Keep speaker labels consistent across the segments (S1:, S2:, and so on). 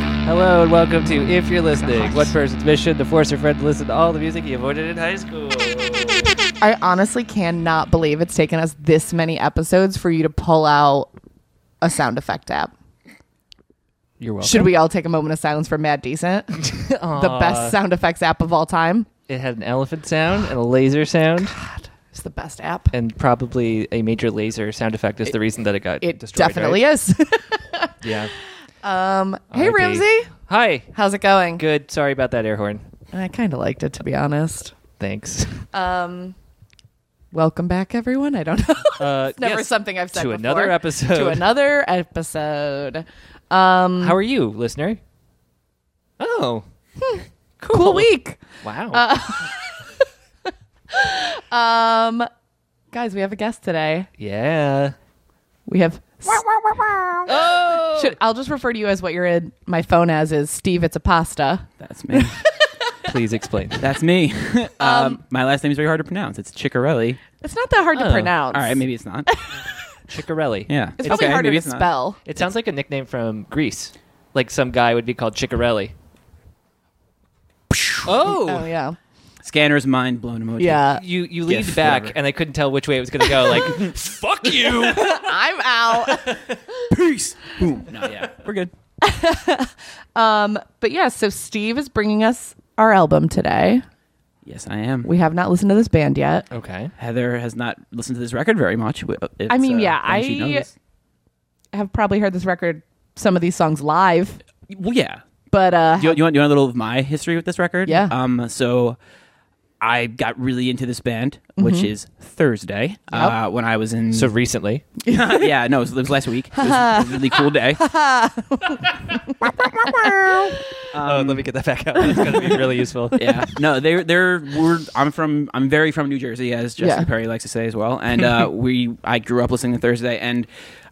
S1: episode. Welcome to If You're Listening, one person's mission to force your friend to listen to all the music he avoided in high school.
S2: I honestly cannot believe it's taken us this many episodes for you to pull out a sound effect app.
S1: You're welcome.
S2: Should we all take a moment of silence for Mad Decent? the best sound effects app of all time.
S1: It had an elephant sound and a laser sound,
S2: It's the best app.
S1: and probably a major laser sound effect is the reason that it got
S2: It
S1: destroyed.
S2: definitely
S1: right?
S2: is.
S1: Yeah.
S2: hey,
S1: R.I.P.
S2: Ramsey.
S1: Hi.
S2: How's it going?
S1: Good. Sorry about that air horn.
S2: I kind of liked it, to be honest.
S1: Thanks.
S2: Um, welcome back, everyone. I don't know.
S1: Uh,
S2: Never
S1: yes,
S2: something I've said
S1: to
S2: before.
S1: another episode.
S2: To another episode. Um,
S1: How are you, listener? Oh,
S2: Cool, week,
S1: wow.
S2: Uh. guys. We have a guest today.
S1: yeah.
S2: We have.
S3: Oh.
S2: Should, I'll just refer to you as what you're in my phone as is Steve. It's a pasta.
S3: That's me.
S1: Please explain.
S3: That's me. um, my last name is very hard to pronounce. It's Ciccarelli.
S2: It's not that hard to
S1: Oh.
S2: pronounce.
S3: All right, maybe it's not.
S1: Chicorelli.
S3: Yeah.
S2: It's probably
S3: okay,
S2: harder
S3: maybe
S2: to
S3: it's not.
S2: spell.
S1: It sounds like a nickname from Greece. Like some guy would be called Chicorelli.
S2: Oh yeah,
S3: Scanner's mind blown emoji.
S2: Oh, yeah.
S1: You you leaned
S3: Yes,
S1: back
S3: whatever.
S1: and I couldn't tell which way it was going to go. Like, fuck you.
S2: I'm out.
S3: Peace. Boom. No, yeah. We're good.
S2: but yeah, so Steve is bringing us our album today.
S3: Yes, I am.
S2: We have not listened to this band yet.
S1: Okay.
S3: Heather has not listened to this record very much. W- It's,
S2: I mean,
S3: uh,
S2: yeah,
S3: and she
S2: I-
S3: knows this.
S2: Have probably heard this record, some of these songs live,
S3: Well, yeah.
S2: but uh,
S3: Do you, you want, you want a little of my history with this record?
S2: Yeah.
S3: Um. So, I got really into this band,
S2: Mm-hmm.
S3: which is Thursday, uh, when I was in
S1: So recently,
S3: yeah, no, it was, it was last week. It was a really cool day. Um,
S1: oh, let me get that back out. It's going to be really useful.
S3: Yeah, no, they they were. I'm from. I'm very from New Jersey, as Justin
S2: Yeah.
S3: Perry likes to say as well. And uh, we, I grew up listening to Thursday, and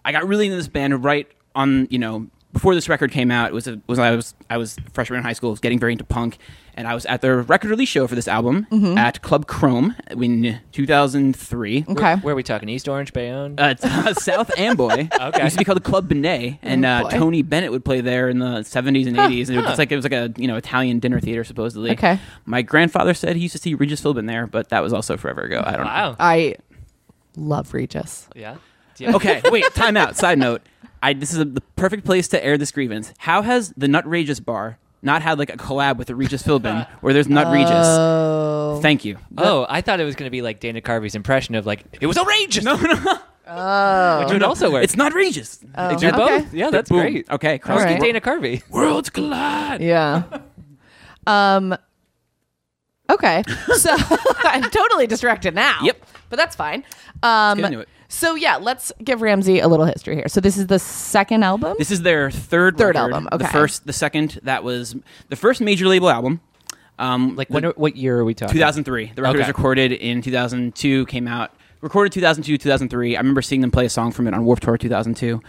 S3: I got really into this band right on. You know, before this record came out, it was a, was I was I was a freshman in high school, was getting very into punk, and I was at the record release show for this album at Club Chrome in 2003.
S2: okay,
S1: Where are we talking? East Orange, Bayonne?
S3: Uh, it's, uh, South Amboy.
S1: Okay.
S3: It used to be called the Club Benet, and
S2: Oh,
S3: uh,
S2: boy.
S3: Tony Bennett would play there in the seventies and eighties. and it was like it was like a you know Italian dinner theater supposedly.
S2: Okay.
S3: My grandfather said he used to see Regis Philbin there, but that was also forever ago. I don't
S1: wow.
S2: I love Regis.
S1: Yeah.
S3: know. Okay. Wait. Time out. Side note. I this is a, the perfect place to air this grievance. How has the Nutrageous Bar not had like a collab with the Regis Philbin where there's Nut Regis?
S2: Oh,
S3: Thank you.
S1: Oh, I thought it was going to be like Dana Carvey's impression of like it was outrageous.
S3: No, no,
S1: Which would also work.
S3: it's not Regis.
S2: Oh,
S1: They're both.
S2: okay.
S1: Yeah, that's
S3: Boom.
S1: great.
S3: Okay,
S1: Let's
S2: All
S3: cross
S1: get
S2: right.
S1: Dana Carvey.
S3: worlds collide.
S2: Yeah. um. Okay. So I'm totally distracted now.
S3: Yep.
S2: But that's fine. Um.
S3: get into it.
S2: So yeah, let's give Ramsey a little history here. So this is the second album.
S3: This is their third
S2: Third
S3: record.
S2: album,
S3: The
S2: okay.
S3: first, the second. That was the first major label album. Um,
S1: Like,
S3: the-
S1: when, what year are we talking?
S3: 2003. The record
S1: Okay.
S3: was recorded in 2002. Came out recorded 2002, 2003. I remember seeing them play a song from it on Warped Tour 2002.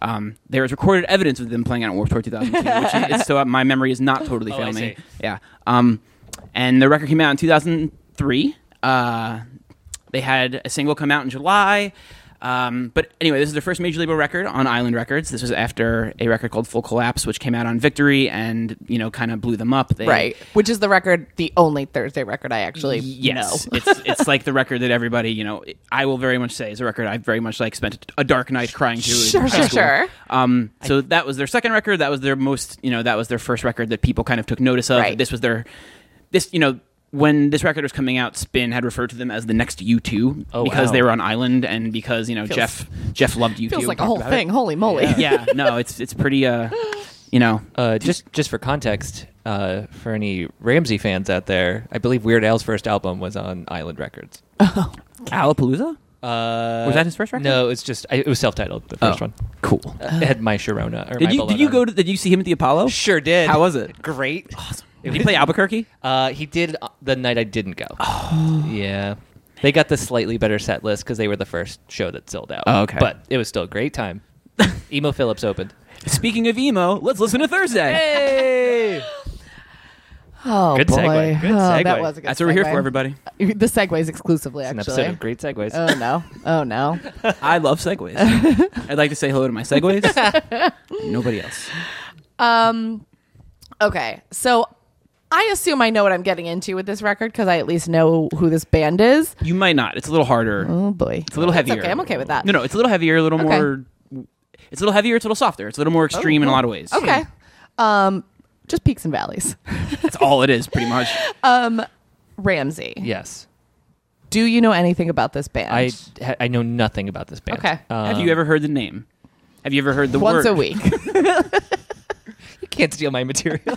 S3: Um, there is recorded evidence of them playing on Warped Tour 2002, which is, so uh, my memory is not totally
S1: Oh, I
S3: failing
S1: see.
S3: me. Yeah. Um, and the record came out in 2003. Uh, they had a single come out in July. Um, but anyway, this is their first major label record on Island Records. This was after a record called Full Collapse, which came out on Victory and, you know, kind of blew them up. They,
S2: right. Which is the record, the only Thursday record I actually
S3: Yes,
S2: know.
S3: it's it's like the record that everybody you know. I will very much say is a record I very much like spent a dark night crying to. in
S2: Sure,
S3: high
S2: sure,
S3: school.
S2: sure.
S3: Um, so that was their second record. That was their most you know that was their first record that people kind of took notice of.
S2: Right.
S3: This was their this you know. When this record was coming out, Spin had referred to them as the next U two
S1: Oh,
S3: because
S1: wow.
S3: they were on Island and because you know Jeff Jeff loved U two.
S2: Feels like a whole thing. Holy moly.
S3: yeah, no, it's it's pretty uh, you know,
S1: Uh, just just for context, uh, for any Ramsey fans out there, I believe Weird Al's first album was on Island Records.
S3: Alapalooza.
S1: Uh,
S3: Was that his first record?
S1: No, it's just I, it was self-titled. The first
S3: Oh.
S1: one
S3: Cool.
S1: Uh, it had my Sharona. Or
S3: Did
S1: My
S3: you
S1: Bologna
S3: did you
S1: on
S3: go
S1: it.
S3: to did you see him at the Apollo?
S1: Sure did.
S3: How was it?
S1: Great. Awesome.
S3: Did he play Albuquerque?
S1: Uh, he did uh, the night I didn't go.
S3: Oh.
S1: yeah. They got the slightly better set list because they were the first show that sold out.
S3: Oh, okay.
S1: But it was still a great time. Emo Phillips opened.
S3: Speaking of emo, let's listen to Thursday.
S1: Hey!
S2: Oh
S1: Good
S2: boy.
S1: segue. Good
S2: Oh, that
S1: segue.
S2: was a good
S3: That's what we're here
S2: segue.
S3: for, everybody.
S2: The segues exclusively,
S1: An
S2: actually.
S1: episode of Great Segues.
S3: Uh,
S2: Oh no. Oh no.
S3: I love segues. I'd like to say hello to my segues. Nobody else.
S2: Okay, so I assume I know what I'm getting into with this record because I at least know who this band is.
S3: You might not. It's a little harder.
S2: Oh boy,
S3: It's a little heavier.
S2: okay. I'm okay with that.
S3: No, no, it's a little heavier, a little
S2: Okay. Oh.
S3: more. It's a little heavier. It's a little softer. It's a little more extreme in a lot of ways.
S2: Okay, um, just peaks and valleys. Um,
S3: that's all it is, pretty much.
S2: Ramsey,
S1: Yes.
S2: do you know anything about this band?
S1: I ha- I know nothing about this band. Um,
S2: Okay.
S3: Have you ever heard the name? Have you ever heard the
S2: once
S3: word?
S2: a week.
S1: You can't steal my material.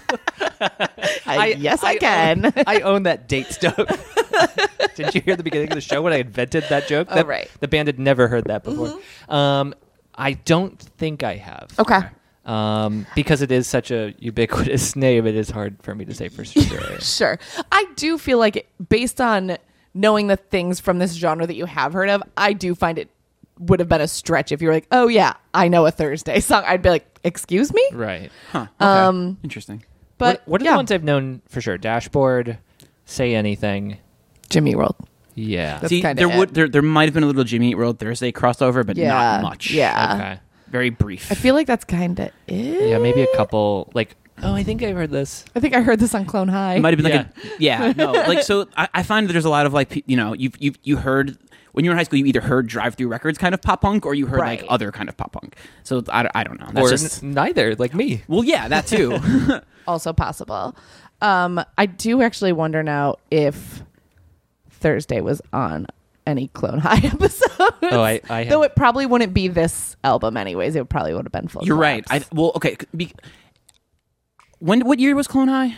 S2: I, yes, I,
S1: own-
S2: can.
S1: I own that date stuff. Did you hear the beginning of the show when I invented that joke?
S2: Oh,
S1: That-
S2: right. Mm-hmm.
S1: The band had never heard that before. Um, I don't think I have.
S2: okay.
S1: Um, because it is such a ubiquitous name, it is hard for me to say for sure.
S2: Sure. I do feel like, it, based on knowing the things from this genre that you have heard of, I do find it would have been a stretch if you were like, oh, yeah, I know a Thursday song. I'd be like, excuse me?
S1: right.
S3: Huh. Okay.
S2: Um,
S3: Interesting.
S2: But
S1: what, what are
S2: yeah.
S1: the ones I've known for sure? Dashboard, Say Anything.
S2: Jimmy World.
S1: Yeah.
S2: That's
S3: See,
S2: kinda
S3: there
S2: it.
S3: would there, there might have been a little Jimmy Eat World Thursday crossover, but
S2: Yeah.
S3: not much.
S2: Yeah.
S1: okay.
S3: Very brief.
S2: I feel like that's kind of it.
S1: Yeah, maybe a couple. Like, oh, I think I've heard this.
S2: I think I heard this on Clone High.
S3: It might have been like a yeah no like so I, I find that there's a lot of like pe- you know you you you heard when you were in high school you either heard drive through records kind of pop punk or you heard like
S2: Right.
S3: other kind of pop punk so I, don't- I don't know that's
S1: Or
S3: just
S1: n- neither, like me.
S3: well yeah that too
S2: also possible. Um, I do actually wonder now if Thursday was on any Clone High episode.
S1: Oh, I- I have-
S2: though it probably wouldn't be this album anyways. It probably would have been full.
S3: you're right I well okay c- be, when what year was Clone High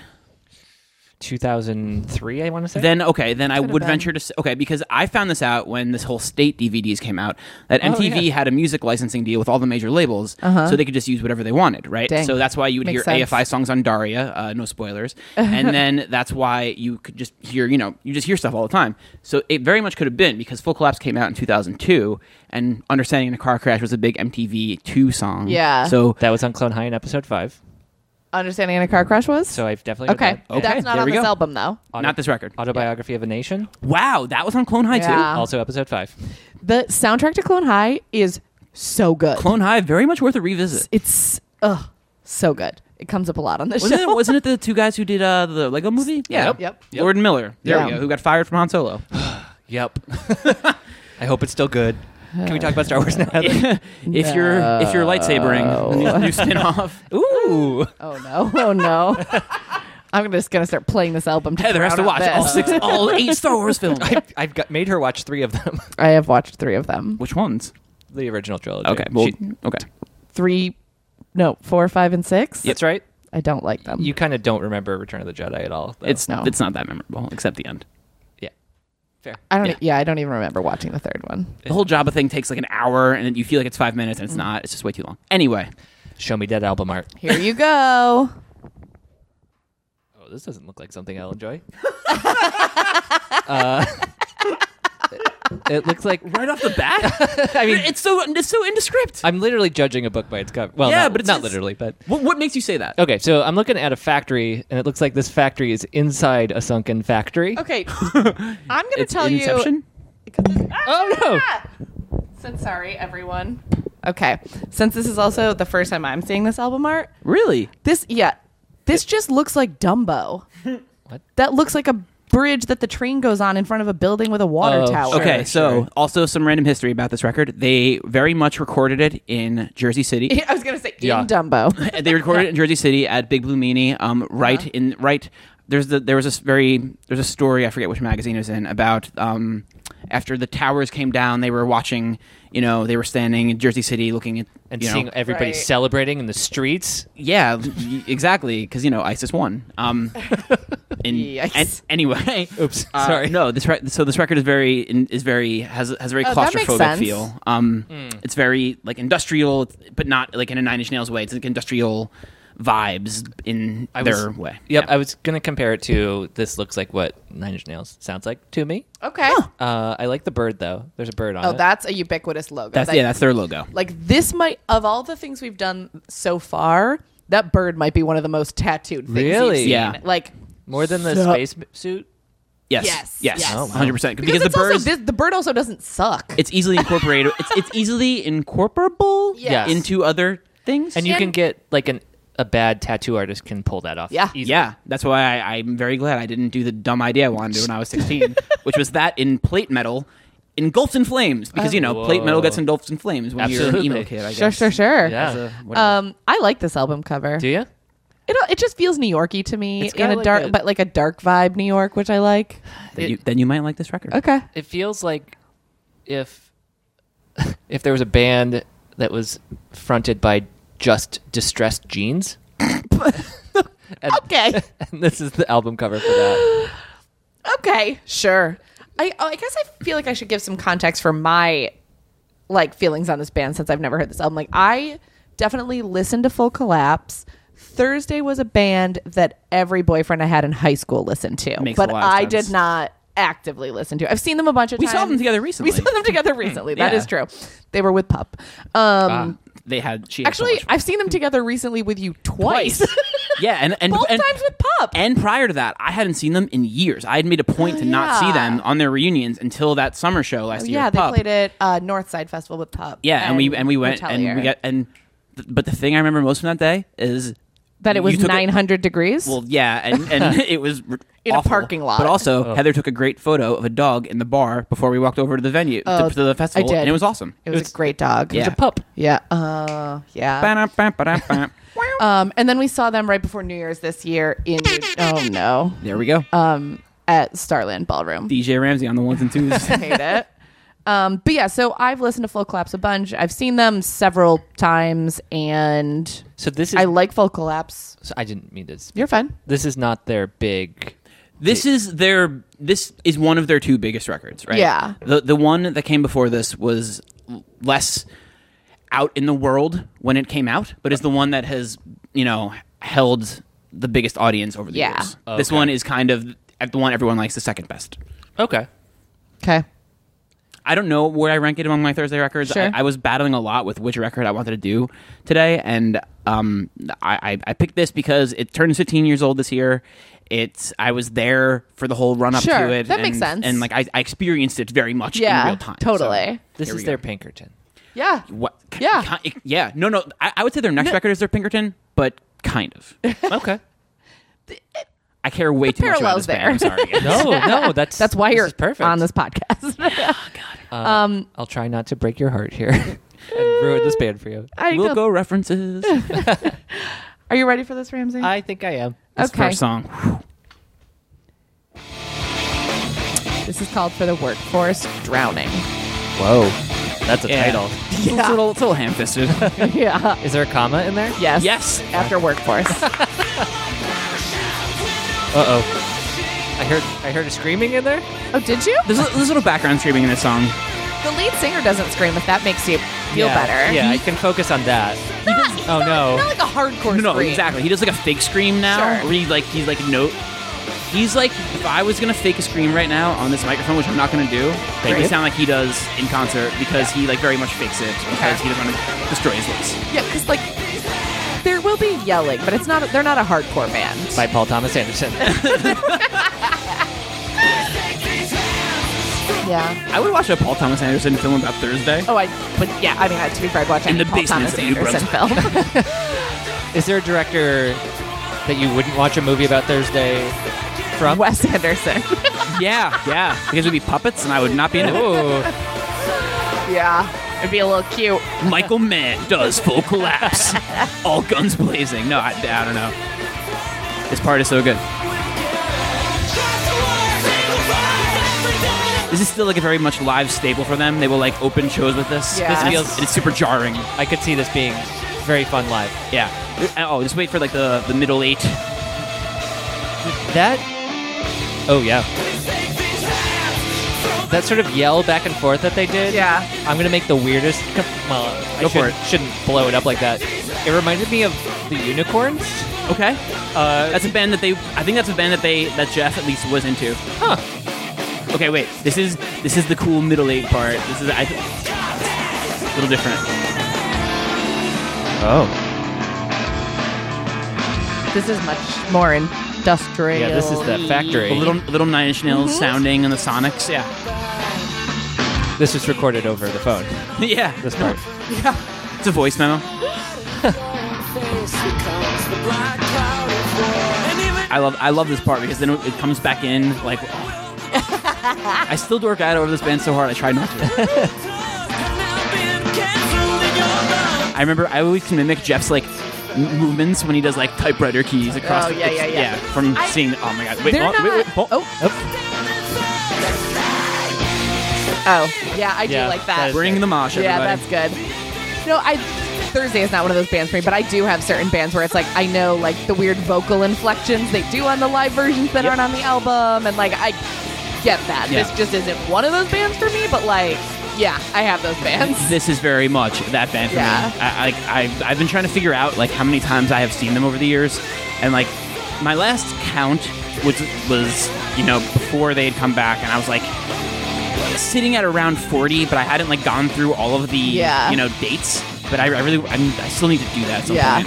S1: 2003, I want to say.
S3: then okay then I would
S2: been.
S3: venture to say, okay because I found this out when this whole state DVDs came out that
S2: Oh,
S3: MTV
S1: yeah.
S3: had a music licensing deal with all the major labels so they could just use whatever they wanted right
S2: Uh-huh. Dang.
S3: so that's why you would
S2: Makes
S3: hear
S2: sense.
S3: AFI songs on Daria uh, no spoilers and then that's why you could just hear you know you just hear stuff all the time so it very much could have been because Full Collapse came out in 2002 and Understanding in a Car Crash was a big MTV 2 song
S2: Yeah.
S3: so
S1: that was on Clone High in episode five.
S2: Understanding in a car crash was
S1: So I've definitely heard
S2: okay.
S1: that.
S3: Okay,
S2: That's not
S3: there
S2: on
S3: we
S2: this
S3: go.
S2: album though.
S1: Auto-
S3: not this record
S1: Autobiography of a Nation,
S3: wow that was on Clone High
S2: Yeah.
S3: too
S2: Um,
S1: also episode five.
S2: The soundtrack to Clone High is so good.
S3: Clone High very much worth a revisit
S2: it's ugh, so good. It comes up a lot on this
S3: Wasn't
S2: show.
S3: it, wasn't it the two guys who did uh, the Lego movie? Yeah.
S1: Yep.
S2: Yep.
S3: Lord and Miller. There we
S2: Yeah.
S3: go. Who got fired from Han Solo.
S1: Yep. I hope it's still good. Can we talk about Star Wars now?
S3: if you're if you're lightsabering, new, new spin-off.
S1: Ooh.
S2: Oh no! Oh no! I'm just gonna start playing this album. To
S3: Heather has to
S2: drown out
S3: watch all
S2: this.
S3: six, all eight Star Wars films.
S1: I've, I've got, made her watch three of them.
S2: I have watched three of them.
S3: Which ones?
S1: the original trilogy.
S3: Okay. Well,
S1: She-
S3: okay.
S2: Three, no, four, five, and six.
S1: that's right.
S2: I don't like them.
S1: You kind of don't remember Return of the Jedi at all. though.
S3: It's
S2: No.
S3: it's not that memorable except the end.
S1: yeah. Fair.
S2: I don't. e-,
S3: yeah.
S2: Yeah. I don't even remember watching the third one.
S3: The whole Jabba thing takes like an hour, and you feel like it's five minutes, and it's not. It's just way too long. Anyway,
S1: Show me dead album art.
S2: Here you go.
S1: Oh, this doesn't look like something I'll enjoy. uh, it looks like
S3: right off the bat,
S1: I mean
S3: it's so it's so indescript.
S1: I'm literally judging a book by its cover. Well,
S3: Yeah,
S1: not,
S3: but it's-
S1: not
S3: it's-
S1: literally, but
S3: what, what makes you say that?
S1: okay. So I'm looking at a factory, and it looks like this factory is inside a sunken factory.
S2: Okay, I'm gonna
S3: It's
S2: tell
S3: Inception.
S2: you. Because ah!
S1: Oh no!
S2: Since sorry, everyone. Okay, since this is also the first time I'm seeing this album art,
S3: Really?
S2: this yeah, this just looks like Dumbo.
S1: What?
S2: That looks like a bridge that the train goes on in front of a building with a water
S1: Oh,
S2: tower.
S1: sure.
S3: Okay, so
S1: sure.
S3: also some random history about this record. They very much recorded it in Jersey City.
S2: I was gonna say
S1: Yeah.
S2: in Dumbo.
S3: they recorded it in Jersey City at Big Blue Meanie. Um, right in right there's the there was this very there's a story I forget which magazine it was in about um after the towers came down they were watching you know they were standing in Jersey City looking at
S1: And
S3: you know,
S1: seeing everybody
S2: Right.
S1: celebrating in the streets.
S3: yeah y- exactly because you know ISIS won um in
S2: Yikes.
S3: an- anyway
S1: Oops,
S3: Uh,
S1: sorry.
S3: no this re- so this record is very in- is very has has a very
S2: Oh, that makes
S3: claustrophobic
S2: sense.
S3: feel um
S1: Hmm.
S3: it's very like industrial but not like in a nine inch nails way it's like industrial vibes in
S1: I
S3: their
S1: was-
S3: way
S1: Yep,
S3: Yeah.
S1: I was gonna compare it to this. Looks like what Nine Inch Nails sounds like to me.
S2: Okay.
S1: Uh, I like the bird though. There's a bird on
S2: Oh,
S1: it.
S2: that's a ubiquitous logo.
S3: that's
S2: That-
S3: yeah that's their logo
S2: like this might of all the things we've done so far, that bird might be one of the most tattooed things. you've
S1: Really?
S2: seen.
S3: Yeah.
S2: Like
S1: more than the
S2: Sup.
S1: space m- suit.
S3: yes
S2: Yes,
S3: yes
S2: yes. Oh, wow.
S3: 100 percent because,
S2: because,
S3: the
S2: it's also-
S3: birds
S2: this- the bird also doesn't suck.
S3: it's easily incorporated it's, it's easily incorporable
S2: Yes.
S3: into other things
S1: and you
S2: And-
S1: can get like an a bad tattoo artist can pull that off.
S2: Yeah.
S1: easily.
S3: Yeah, that's why I, I'm very glad I didn't do the dumb idea I wanted to when I was 16, which was that in plate metal engulfs in flames because you know plate metal
S1: Whoa.
S3: gets engulfed in flames when
S1: Absolutely.
S3: you're an emo kid. I guess.
S2: Sure, sure, sure.
S1: Yeah.
S3: As a- whatever.
S2: Um, I like this album cover.
S1: Do you?
S2: It it just feels New Yorky to me
S1: It's got
S2: in a
S1: like
S2: dark,
S1: a-
S2: but like a dark vibe New York, which I like.
S3: then,
S1: it-
S3: you, then you might like this record.
S2: Okay.
S1: It feels like if if there was a band that was fronted by just distressed jeans. and,
S2: Okay.
S1: and this is the album cover for that.
S2: Okay, sure. I oh, I guess I feel like I should give some context for my like feelings on this band since I've never heard this album. Like I definitely listened to Full Collapse. Thursday was a band that every boyfriend I had in high school listened to,
S3: Makes
S2: but
S3: a lot of
S2: I
S3: sense.
S2: did not actively listen to. I've seen them a bunch of
S3: We
S2: times.
S3: saw them together recently.
S2: We saw them together recently. That
S3: yeah. Ah,
S2: is true. They were with Pup. Um
S3: They had she had so
S2: actually
S3: much fun.
S2: I've seen them together recently with you twice.
S3: yeah, and and,
S2: Both
S3: and
S2: times with Pup.
S3: And prior to that, I hadn't seen them in years. I had made a point to not
S2: yeah. Oh,
S3: see them on their reunions until that summer show last year.
S2: yeah,
S3: with
S2: they
S3: Pup.
S2: played at uh, Northside Festival with Pup.
S3: Yeah, and, we and we went
S2: Hotelier.
S3: and we got and th- but the thing I remember most from that day is
S2: that it
S3: you
S2: was
S3: took a-
S2: 900 degrees.
S3: Well, yeah, and, and it was r-
S2: In a
S3: awful.
S2: parking lot.
S3: But also,
S1: Oh.
S3: Heather took a great photo of a dog in the bar before we walked over to the venue to-
S2: Oh,
S3: to, the festival,
S2: I did.
S3: and it was awesome.
S2: it was a great dog.
S3: Yeah.
S1: It's a pup.
S2: Yeah. Uh, yeah.
S3: Ba-dum-ba-ba-dum-ba.
S2: Um, and then we saw them right before New Year's this year in oh no
S3: there we go.
S2: um, at Starland Ballroom.
S3: DJ Ramsey on the ones and twos.
S2: Hate it. Um, but yeah, so I've listened to Full Collapse a bunch. I've seen them several times, and
S1: So this is
S2: I like Full Collapse.
S1: so I didn't mean this.
S2: You're fine.
S1: This is not their big
S3: This is their this is one of their two biggest records, right?
S2: Yeah.
S3: The the one that came before this was l- less out in the world when it came out, but is the one that has, you know, held the biggest audience over the
S2: Yeah.
S3: years. This
S1: Okay.
S3: one is kind of the one everyone likes the second best.
S1: Okay.
S2: Okay.
S3: I don't know where I rank it among my Thursday records.
S2: Sure.
S3: I, I was battling a lot with which record I wanted to do today, and um, I, I, I picked this because it turns 15 years old this year. It's I was there for the whole run up
S2: Sure,
S3: to it.
S2: that
S3: and,
S2: makes sense.
S3: And like I, I experienced it very much
S2: Yeah,
S3: in real time.
S2: totally.
S1: This
S3: Here we
S1: is
S3: go.
S1: their Pinkerton.
S2: Yeah.
S3: What?
S2: Yeah.
S3: ki- ki- yeah. No, no. I, I would say their next record is their Pinkerton, but kind of.
S1: Okay.
S3: I care way too much
S2: parallels
S3: about this band.
S2: there.
S3: I'm sorry.
S1: No, no, that's
S2: That's why
S1: this
S2: you're
S1: is perfect
S2: on this podcast.
S3: Oh,
S1: um, I'll try not to break your heart here and ruin this band for you.
S2: I
S3: we'll
S2: don't-
S3: go references.
S2: Are you ready for this, Ramsey?
S1: I think I am.
S3: This
S2: okay.
S3: first song.
S2: This is called For the Workforce Drowning.
S1: Whoa, that's a
S3: Yeah.
S1: title.
S3: It's a little, it's a little ham-fisted.
S2: yeah.
S1: Is there a comma in there?
S2: Yes.
S3: Yes.
S2: After workforce.
S1: Uh oh. I heard I heard a screaming in there.
S2: oh, did you?
S3: there's, a, there's a little background screaming in this song.
S2: The lead singer doesn't scream if that makes you feel
S1: yeah,
S2: better.
S1: Yeah, I can focus on that.
S2: Not- he's
S1: Oh,
S2: not-
S1: no.
S2: Not like a hardcore
S3: No, no,
S2: scream.
S3: exactly. He does like a fake scream now.
S2: Sure.
S3: Where he like he's like note. He's like if I was gonna fake a scream right now on this microphone, which I'm not gonna do.
S1: Fake
S3: Make it
S1: it?
S3: sound like he does in concert because he like very much fakes it because
S2: Okay.
S3: he doesn't want to destroy his voice.
S2: Yeah, because like there will be yelling, but it's not. They're not a hardcore band.
S1: By Paul Thomas Anderson.
S2: Yeah.
S3: I would watch a Paul Thomas Anderson film about Thursday.
S2: Oh, I. But yeah, I mean, to be fair, I'd watch
S3: In
S2: any
S3: the
S2: Paul
S3: basement
S2: Thomas
S3: of New
S2: Anderson film.
S1: is there a director that you wouldn't watch a movie about Thursday from?
S2: Wes Anderson.
S3: Yeah, yeah. Because we'd be puppets, and I would not be in it.
S1: Ooh.
S2: yeah, it'd be a little cute.
S3: Michael Mann does full collapse, all guns blazing. No, I, I don't know. This part is so good. This is still like a very much live staple for them. They will like open shows with this.
S2: Yeah. This
S3: And it's-
S1: feels-
S3: and it's super jarring.
S1: I could see this being very fun live.
S3: Yeah. Oh, just wait for like the the middle eight.
S1: That. Oh yeah. That sort of yell back and forth that they did.
S2: Yeah.
S1: I'm gonna make the weirdest. Come on. I
S3: Go for
S1: shouldn't- Shouldn't blow it up like that. It reminded me of the unicorns.
S3: Okay.
S1: Uh,
S3: That's a band that they. I think that's a band that they that Jeff at least was into.
S1: huh.
S3: Okay, wait. This is this is the cool middle eight part. This is I. th- A little different.
S1: Oh.
S2: This is much more industrial.
S1: Yeah, this is the factory.
S3: A little little Nine Inch Nails sounding and the Sonics. Yeah.
S1: This was recorded over the phone.
S3: yeah.
S1: This part.
S3: It's a voice memo.
S4: Face becomes the black cloud of war. And even
S3: I love I love this part because then it comes back in like I still dork out over this band so hard I try not to. I remember I always can mimic Jeff's like m- movements when he does like typewriter keys across.
S2: Oh,
S3: the,
S2: yeah,
S3: it's-
S2: yeah, yeah.
S3: From
S2: I-
S3: seeing oh my god wait
S2: They're
S3: oh,
S2: not.
S3: wait wait hold-
S2: oh, oh, yeah, I do
S1: Yeah,
S2: like
S1: that
S2: that.
S1: is-
S3: bring the mosh
S2: yeah,
S3: everybody.
S2: that's good. No, I Thursday is not one of those bands for me, but I do have certain bands where it's like I know like the weird vocal inflections they do on the live versions that aren't on the album, and like I get that.
S3: Yeah.
S2: This just isn't one of those bands for me, but like yeah, I have those bands.
S3: this is very much that band for
S2: Yeah.
S3: me. I, I, I've, I've been trying to figure out like how many times I have seen them over the years, and like my last count was was you know before they had come back, and I was like sitting at around forty, but I hadn't like gone through all of the
S2: Yeah.
S3: you know dates. But I, I really I, mean, I still need to do that. At some
S2: Yeah.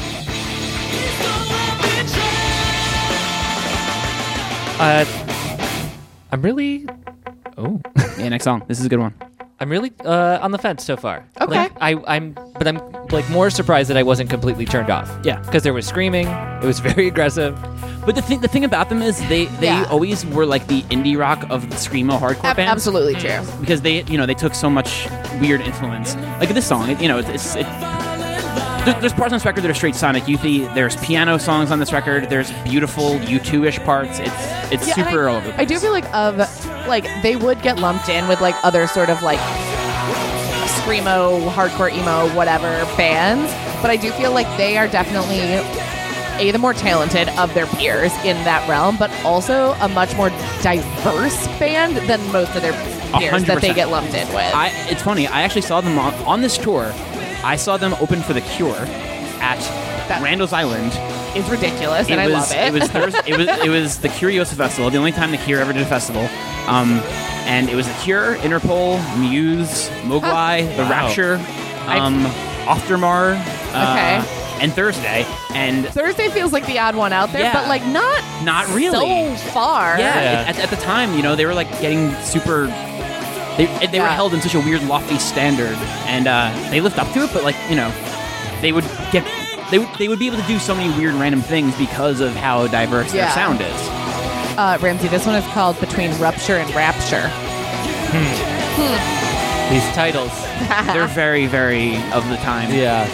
S3: point.
S1: Uh, I'm really, oh,
S3: Yeah. Next song. This is a good one.
S1: I'm really uh, on the fence so far.
S2: Okay.
S1: Like, I, I'm, but I'm like more surprised that I wasn't completely turned off.
S3: Yeah.
S1: Because there was screaming. It was very aggressive.
S3: But the thing the thing about them is they they
S2: Yeah.
S3: always were like the indie rock of the screamo hardcore
S2: Ab-
S3: bands.
S2: absolutely true.
S3: because they you know they took so much weird influence like this song it, you know it's it, there- there's parts on this record that are straight Sonic Youthy. There's piano songs on this record. There's beautiful U2-ish parts. It's it's
S2: Yeah, and
S3: super
S2: I,
S3: all over. The
S2: I do
S3: place.
S2: feel like of like they would get lumped in with like other sort of like screamo, hardcore emo, whatever bands, but I do feel like they are definitely a the more talented of their peers in that realm, but also a much more diverse band than most of their peers that they
S3: 100%.
S2: get lumped in with.
S3: I, it's funny. I actually saw them on, on this tour. I saw them open for The Cure at
S2: That-
S3: Randall's Island.
S2: it's ridiculous, and
S3: was,
S2: I love it.
S3: was Thurs- it was it was the Curiosa Festival, the only time the Cure ever did a festival. Um, and it was the Cure, Interpol, Muse, Mogwai, The Rapture, um, Aftermar, uh, and Thursday. And
S2: Thursday feels like the odd one out there,
S3: Yeah.
S2: but like not
S3: Not really.
S2: so far.
S1: Yeah.
S3: yeah, at, at the time, you know, they were like getting super. They, they were
S2: Yeah.
S3: held in such a weird lofty standard, and uh, they lived up to it. But like you know, they would get they would they would be able to do so many weird random things because of how diverse
S2: Yeah.
S3: their sound is.
S2: Uh, Ramsey, this one is called Between Rupture and Rapture.
S1: These titles.
S3: They're
S2: Uh-uh.
S3: very, very of the time.
S1: Yeah.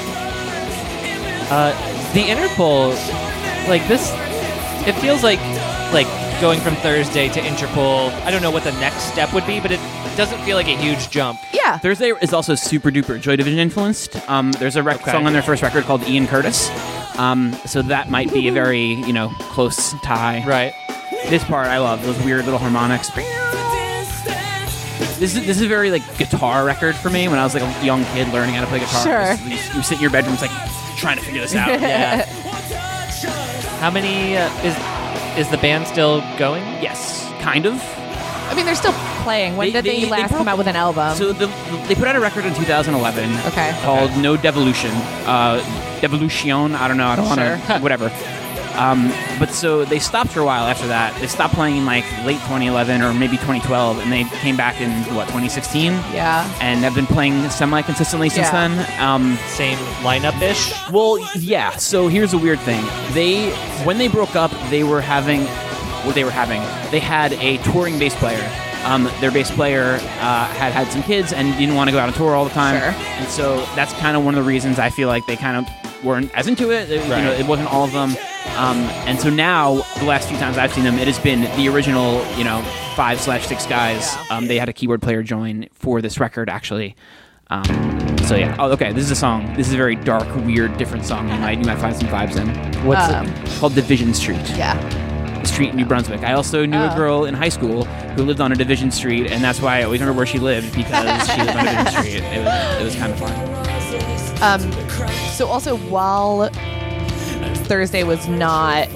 S1: Uh, the Interpol, like this, it feels like like going from Thursday to Interpol. I don't know what the next step would be, but it doesn't feel like a huge jump.
S2: Yeah.
S3: Thursday is also super duper Joy Division influenced. Um, there's a rec-
S1: Okay.
S3: song on their first record called Ian Curtis. Um, so that might be a very, you know, close tie.
S1: Right.
S3: This part I love, those weird little harmonics. This is this is a very like guitar record for me when I was like a young kid learning how to play guitar.
S2: Sure.
S3: This is- You, you sit in your bedroom it's like trying to figure this out.
S1: Yeah. How many uh, is is the band still going?
S3: yes. Kind of.
S2: I mean, they're still playing. When
S3: They-
S2: did they,
S3: they- they
S2: last come
S3: broke-
S2: out with an album?
S3: So the, they put out a record in 2011
S2: Okay.
S3: called No Devolution. Uh, Devolution, I don't know, I don't want
S1: Sure.
S3: to, whatever. Um, but so they stopped for a while after that. They stopped playing in like late 2011 or maybe 2012, and they came back in what 2016.
S2: yeah.
S3: And have been playing semi consistently since
S2: Yeah.
S3: then. Um,
S1: Same lineup ish.
S3: well, yeah. So here's a weird thing. They when they broke up, they were having what they were having. They had a touring bass player. Um, their bass player uh, had had some kids and didn't want to go out on tour all the time.
S2: Sure.
S3: And so that's kind of one of the reasons I feel like they kind of weren't as into it. It, you know,
S1: Right.
S3: it wasn't all of them. Um, and so now the last few times I've seen them, it has been the original, you know, five slash six guys. Um, they had a keyboard player join for this record actually. Um, so yeah. Oh, okay. This is a song. This is a very dark, weird, different song. You might, you might find some vibes in.
S1: What's
S2: Um,
S3: It's called Division Street.
S2: Yeah.
S3: Street in New Brunswick. I also knew
S2: Oh.
S3: a girl in high school who lived on a Division Street, and that's why I always remember where she lived because she lived on a Division Street. It was, it was kind of fun.
S2: Um, so also, while Thursday was not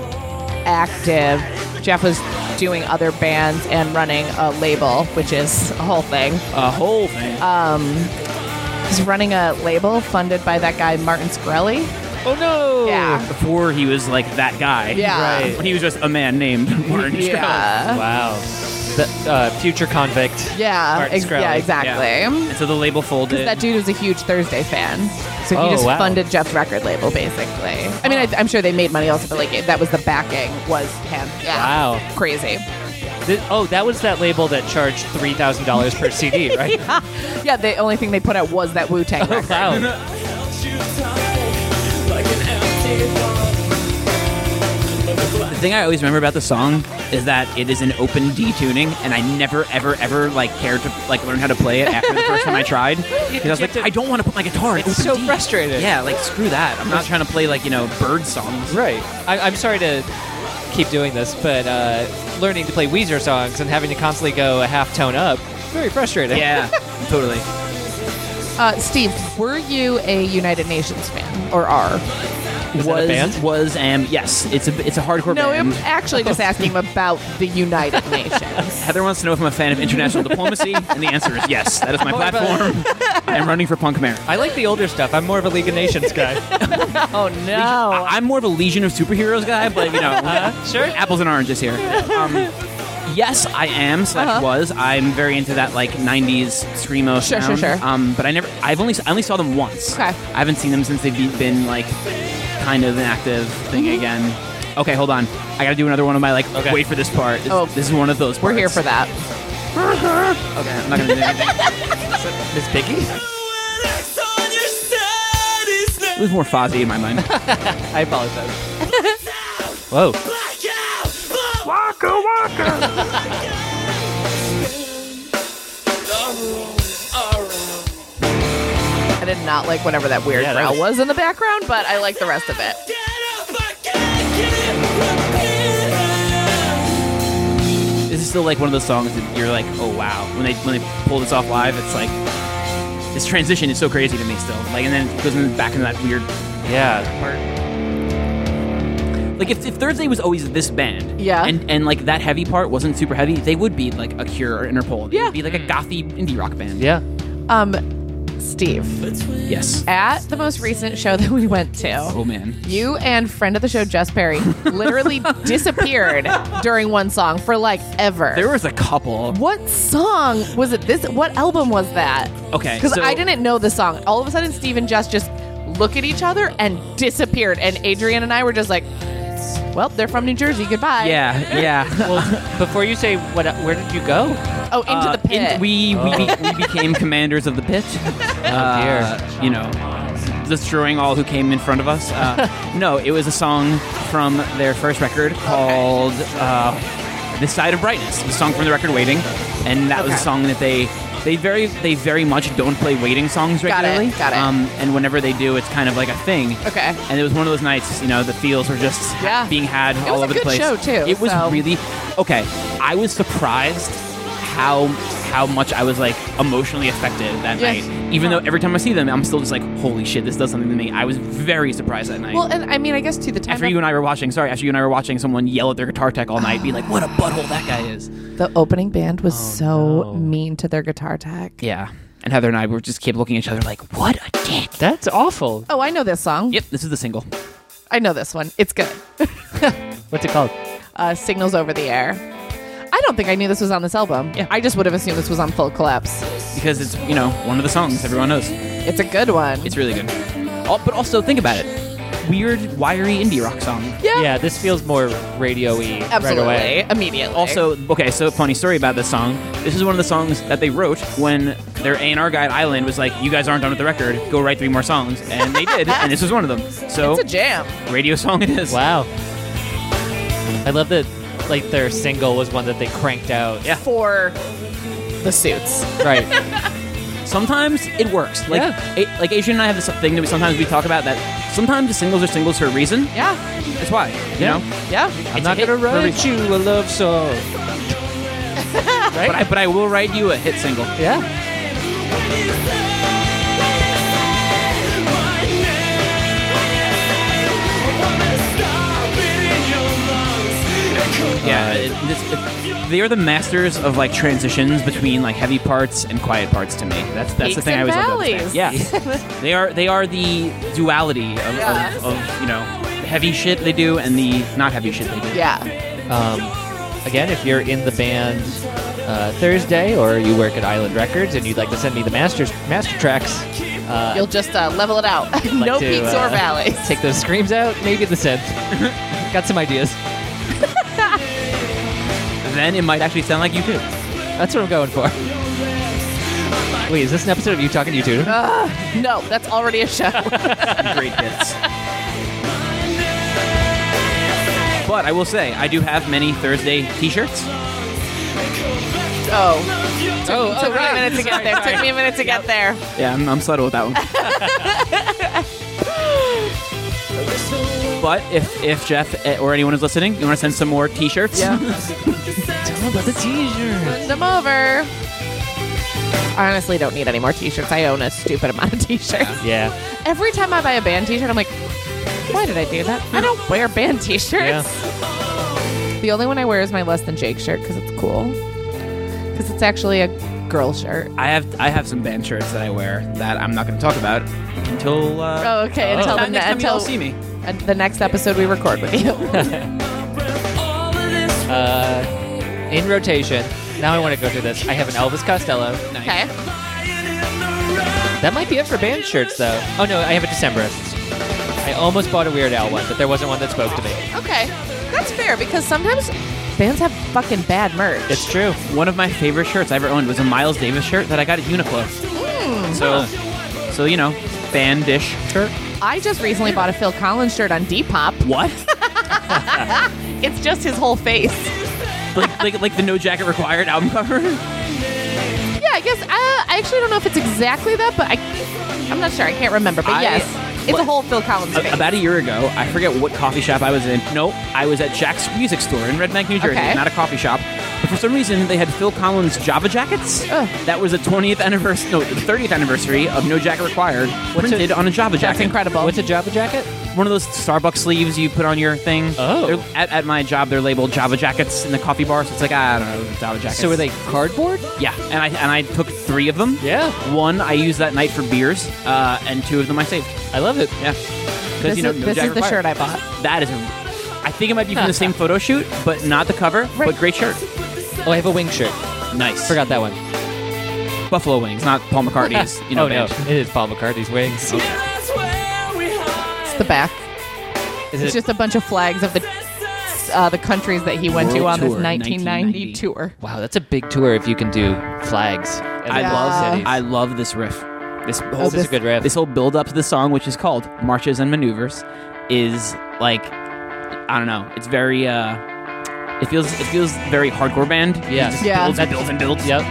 S2: active, Jeff was doing other bands and running a label, which is a whole thing.
S3: A whole thing.
S2: Um, He's running a label funded by that guy, Martin Scully.
S1: Oh no.
S2: Yeah.
S3: Before he was like that guy.
S2: Yeah.
S1: Right.
S3: When he was just a man named Martin Scorsese.
S2: Yeah.
S1: Wow. the uh, future convict.
S2: Yeah,
S1: Martin
S2: ex-
S1: Shkreli.
S2: yeah, exactly.
S3: And so the label folded.
S2: That dude was a huge Thursday fan, so he
S1: Oh,
S2: just
S1: wow.
S2: funded Jeff's record label basically. I mean, I, I'm sure they made money also, but like that was the backing was him. Yeah,
S1: Wow.
S2: crazy.
S1: Th- oh, that was that label that charged three thousand dollars per CD, right?
S2: Yeah, the only thing they put out was that Wu Tang.
S1: Oh, wow.
S3: The thing I always remember about the song is that it is an open detuning, and I never, ever, ever like cared to like learn how to play it after the first time I tried. Because I was
S1: you
S3: like,
S1: have to-
S3: I don't want to put my guitar. in
S1: It's
S3: open
S1: so
S3: D.
S1: frustrating.
S3: Yeah, like screw that. I'm not trying to play like you know bird songs.
S1: Right. I, I'm sorry to keep doing this, but uh, learning to play Weezer songs and having to constantly go a half tone up, very frustrating.
S3: Yeah, totally.
S2: Uh, Steve, were you a United Nations fan or are?
S1: Is that a
S3: was
S1: band?
S3: was um yes, it's a it's a hardcore
S2: No, I'm
S3: band.
S2: actually just asking about the United Nations.
S3: Heather wants to know if I'm a fan of international diplomacy, and the answer is yes. That is my
S1: More of a-
S3: platform. I'm running for punk mayor.
S1: I like the older stuff. I'm more of a League of Nations guy.
S2: oh no.
S3: I- I'm more of a Legion of Superheroes guy, but you know,
S1: sure.
S3: apples and oranges here. Um, yes, I am slash was. I'm very into that like '90s screamo
S2: Uh-huh. Sure, sure,
S3: sound.
S2: sure.
S3: Um, but I never, I've only, I only saw them once.
S2: Okay.
S3: I haven't seen them since they've be- been like kind of an active thing
S2: Mm-hmm.
S3: again. Okay, hold on. I gotta do another one of my like.
S1: Okay.
S3: Wait for this part. This,
S2: Oh.
S3: this is one of those.
S2: We're here
S3: parts.
S2: for that.
S3: Okay, I'm not gonna do anything.
S1: Miss Piggy?
S3: it was more Fozzy in my mind.
S1: I apologize. Whoa.
S2: I did not like whatever that weird
S1: Yeah, that
S2: growl
S1: was-
S2: was in the background, but I like the rest of it.
S3: This is still like one of those songs that you're like, oh wow, when they when they pull this off live, it's like this transition is so crazy to me still. Like, and then it goes in- back into that weird
S1: Yeah.
S3: part. Like, if, if Thursday was always this band,
S2: Yeah.
S3: and and like that heavy part wasn't super heavy, they would be like a Cure or Interpol. They
S2: Yeah.
S3: would be like a gothy indie rock band.
S1: Yeah.
S2: Um, Steve,
S3: Yes.
S2: at the most recent show that we went to,
S3: Oh man.
S2: you and friend of the show Jess Perry literally disappeared during one song for like ever.
S3: There was a couple.
S2: What song was it? This what album was that?
S3: Okay,
S2: because
S3: so-
S2: I didn't know the song. All of a sudden, Steve and Jess just look at each other and disappeared, and Adrian and I were just like, "Well, they're from New Jersey. Goodbye."
S3: Yeah, yeah.
S1: Well, before you say what, where did you go?
S2: Oh, into
S3: Uh,
S2: the pit.
S3: in- we, we,
S2: Oh.
S3: be- we became commanders of the pit. Uh,
S1: dear.
S3: You know, destroying all who came in front of us. Uh, no, it was a song from their first record called uh, "This Side of Brightness," the song from the record "Waiting," and that was a
S2: Okay.
S3: song that they they very they very much don't play waiting songs
S2: Got it,
S3: regularly.
S2: got it.
S3: Um, and whenever they do, it's kind of like a thing.
S2: Okay.
S3: And it was one of those nights, you know, the feels were just ha-
S2: Yeah.
S3: being had
S2: It
S3: all
S2: was a
S3: over
S2: good
S3: the place.
S2: show, too,
S3: It was
S2: so-
S3: really okay. I was surprised how how much I was like emotionally affected that
S2: Yeah.
S3: night. Even though every time I see them, I'm still just like, holy shit, this does something to me. I was very surprised that night.
S2: well, and I mean, I guess to the time
S3: after you and I were watching, sorry, after you and I were watching someone yell at their guitar tech all night, be like, what a butthole that guy is.
S2: the opening band was so
S1: no.
S2: mean to their guitar tech.
S3: Oh, Yeah. And Heather and I were just kept looking at each other like, what a dick.
S1: That's awful.
S2: Oh, I know this song.
S3: Yep, this is the single.
S2: I know this one. It's good.
S1: What's it called?
S2: Uh, Signals over the air. I don't think I knew this was on this album.
S3: Yeah.
S2: I just would have assumed this was on Full Collapse.
S3: Because it's, you know, one of the songs everyone knows.
S2: It's a good one.
S3: It's really good. Al- But also think about it. Weird, wiry indie rock song.
S2: yeah,
S1: Yeah, this feels more radio y right
S2: absolutely,
S1: away.
S2: immediately.
S3: Also, okay, so funny story about this song. This is one of the songs that they wrote when their A&R guy at Island was like, "You guys aren't done with the record. Go write three more songs." And they did, and this was one of them. So,
S2: it's a jam.
S3: radio song it is.
S1: Wow. I love that like their single was one that they cranked out.
S3: Yeah.
S2: for the suits.
S1: Right.
S3: Sometimes it works. Like
S1: Yeah.
S3: a- like Adrian and I have this thing that we sometimes we talk about that sometimes the singles are singles for a reason.
S2: Yeah,
S3: That's why, you
S1: Yeah.
S3: know.
S2: yeah.
S1: I'm
S3: It's a
S1: not
S3: hit
S1: gonna
S3: for a
S1: write
S3: reason.
S1: you a love song.
S3: But I, but I will write you a hit single.
S1: Yeah.
S3: Yeah,
S1: Uh,
S3: it, this, it- they are the masters of like transitions between like heavy parts and quiet parts to me. That's that's the
S2: Peaks
S3: thing I
S2: and
S3: always love.
S2: valleys.
S3: about this band. Yeah, they are they are the duality of,
S2: Yeah.
S3: of, of you know the heavy shit they do and the not heavy shit they do.
S2: Yeah.
S1: Um, again, if you're in the band uh, Thursday or you work at Island Records and you'd like to send me the masters master tracks, uh,
S2: You'll just uh, level it out.
S1: I'd
S2: no
S1: like to,
S2: peaks
S1: uh,
S2: or valleys.
S1: Take those screams out, maybe the synth. Got some ideas.
S3: Then it might actually sound like you do.
S1: That's what I'm going for. Wait, is this an episode of you talking to you too?
S2: no, that's already a show.
S3: Great bits. But I will say, I do have many Thursday T-shirts.
S2: oh,
S1: oh,
S2: took me a minute to get there. Took me a minute to get there.
S3: Yeah, I'm, I'm subtle with that one. but if if Jeff eh, or anyone is listening, you want to send some more T-shirts?
S1: Tell them about the t-shirt.
S2: Send them over. I honestly don't need any more t-shirts. I own a stupid amount of t-shirts.
S1: Yeah,
S2: Every time I buy a band t-shirt, I'm like, why did I do that? I don't wear band t-shirts.
S1: yeah.
S2: The only one I wear is my less than Jake shirt because it's cool. Because it's actually a girl shirt.
S3: I have I have some band shirts that I wear that I'm not going to talk about until uh,
S2: Oh, okay. Until the
S3: time next time you all
S2: until
S3: see me.
S2: uh, the next episode we record with you.
S1: Uh, in rotation. Now I want to go through this. I have an Elvis Costello.
S2: okay.
S1: That might be it for band shirts, though. Oh no, I have a Decemberist. I almost bought a Weird Al one, but there wasn't one that spoke to me.
S2: Okay. That's fair because sometimes bands have fucking bad merch.
S1: It's true.
S3: One of my favorite shirts I ever owned was a Miles Davis shirt that I got at Uniqlo.
S2: Hmm.
S3: So, so you know, bandish shirt.
S2: I just recently bought a Phil Collins shirt on Depop.
S3: What?
S2: It's just his whole face.
S3: like, like like the no jacket required album cover.
S2: Yeah, I guess uh, I actually don't know if it's exactly that, but I, I'm not sure. I can't remember. But
S3: I-
S2: yes, it's a whole Phil Collins
S3: A-
S2: face.
S3: about a year ago, I forget what coffee shop I was in. No, I was at Jack's Music Store in Red Bank, New Jersey,
S2: Okay.
S3: not a coffee shop. But for some reason, they had Phil Collins Java jackets.
S2: Ugh.
S3: That was the 20th anniversary, no, the 30th anniversary of No Jacket Required, printed on a Java jacket.
S2: That's incredible.
S1: What's a Java jacket?
S3: One of those Starbucks sleeves you put on your thing.
S1: Oh.
S3: They're- at, at my job, they're labeled Java jackets in the coffee bar, so it's like I don't know Java jackets.
S1: So were they cardboard?
S3: Yeah, and I and I took three of them.
S1: Yeah.
S3: One I used that night for beers, uh, and two of them I saved.
S1: I love it.
S3: Yeah.
S2: this
S3: Because you know,
S2: is,
S3: no
S2: this
S3: Jack
S2: is the
S3: required.
S2: shirt I bought.
S3: That is, a, I think it might be from the same photo shoot, but not the cover. But
S2: Right.
S3: great shirt.
S1: Oh, I have a wing shirt.
S3: Nice.
S1: Forgot that one.
S3: Buffalo Wings, not Paul McCartney's. You know,
S1: oh no,
S3: band.
S1: it is Paul McCartney's wings.
S2: It's the back.
S1: Is
S2: It's just a bunch of flags of the uh, the countries that he went to
S3: World
S2: on this
S3: tour,
S2: 1990
S3: 1990.
S2: tour.
S1: Wow, that's a big tour if you can do flags. and
S3: I
S1: big
S2: love-
S1: cities.
S3: I love this riff. This whole
S1: this is a good riff.
S3: This whole build up to the song, which is called "Marches and Maneuvers," is like, I don't know. It's very. uh It feels. It feels very hardcore band. It
S1: Yeah.
S3: just
S2: Yeah.
S3: Builds and builds and builds.
S1: Yep.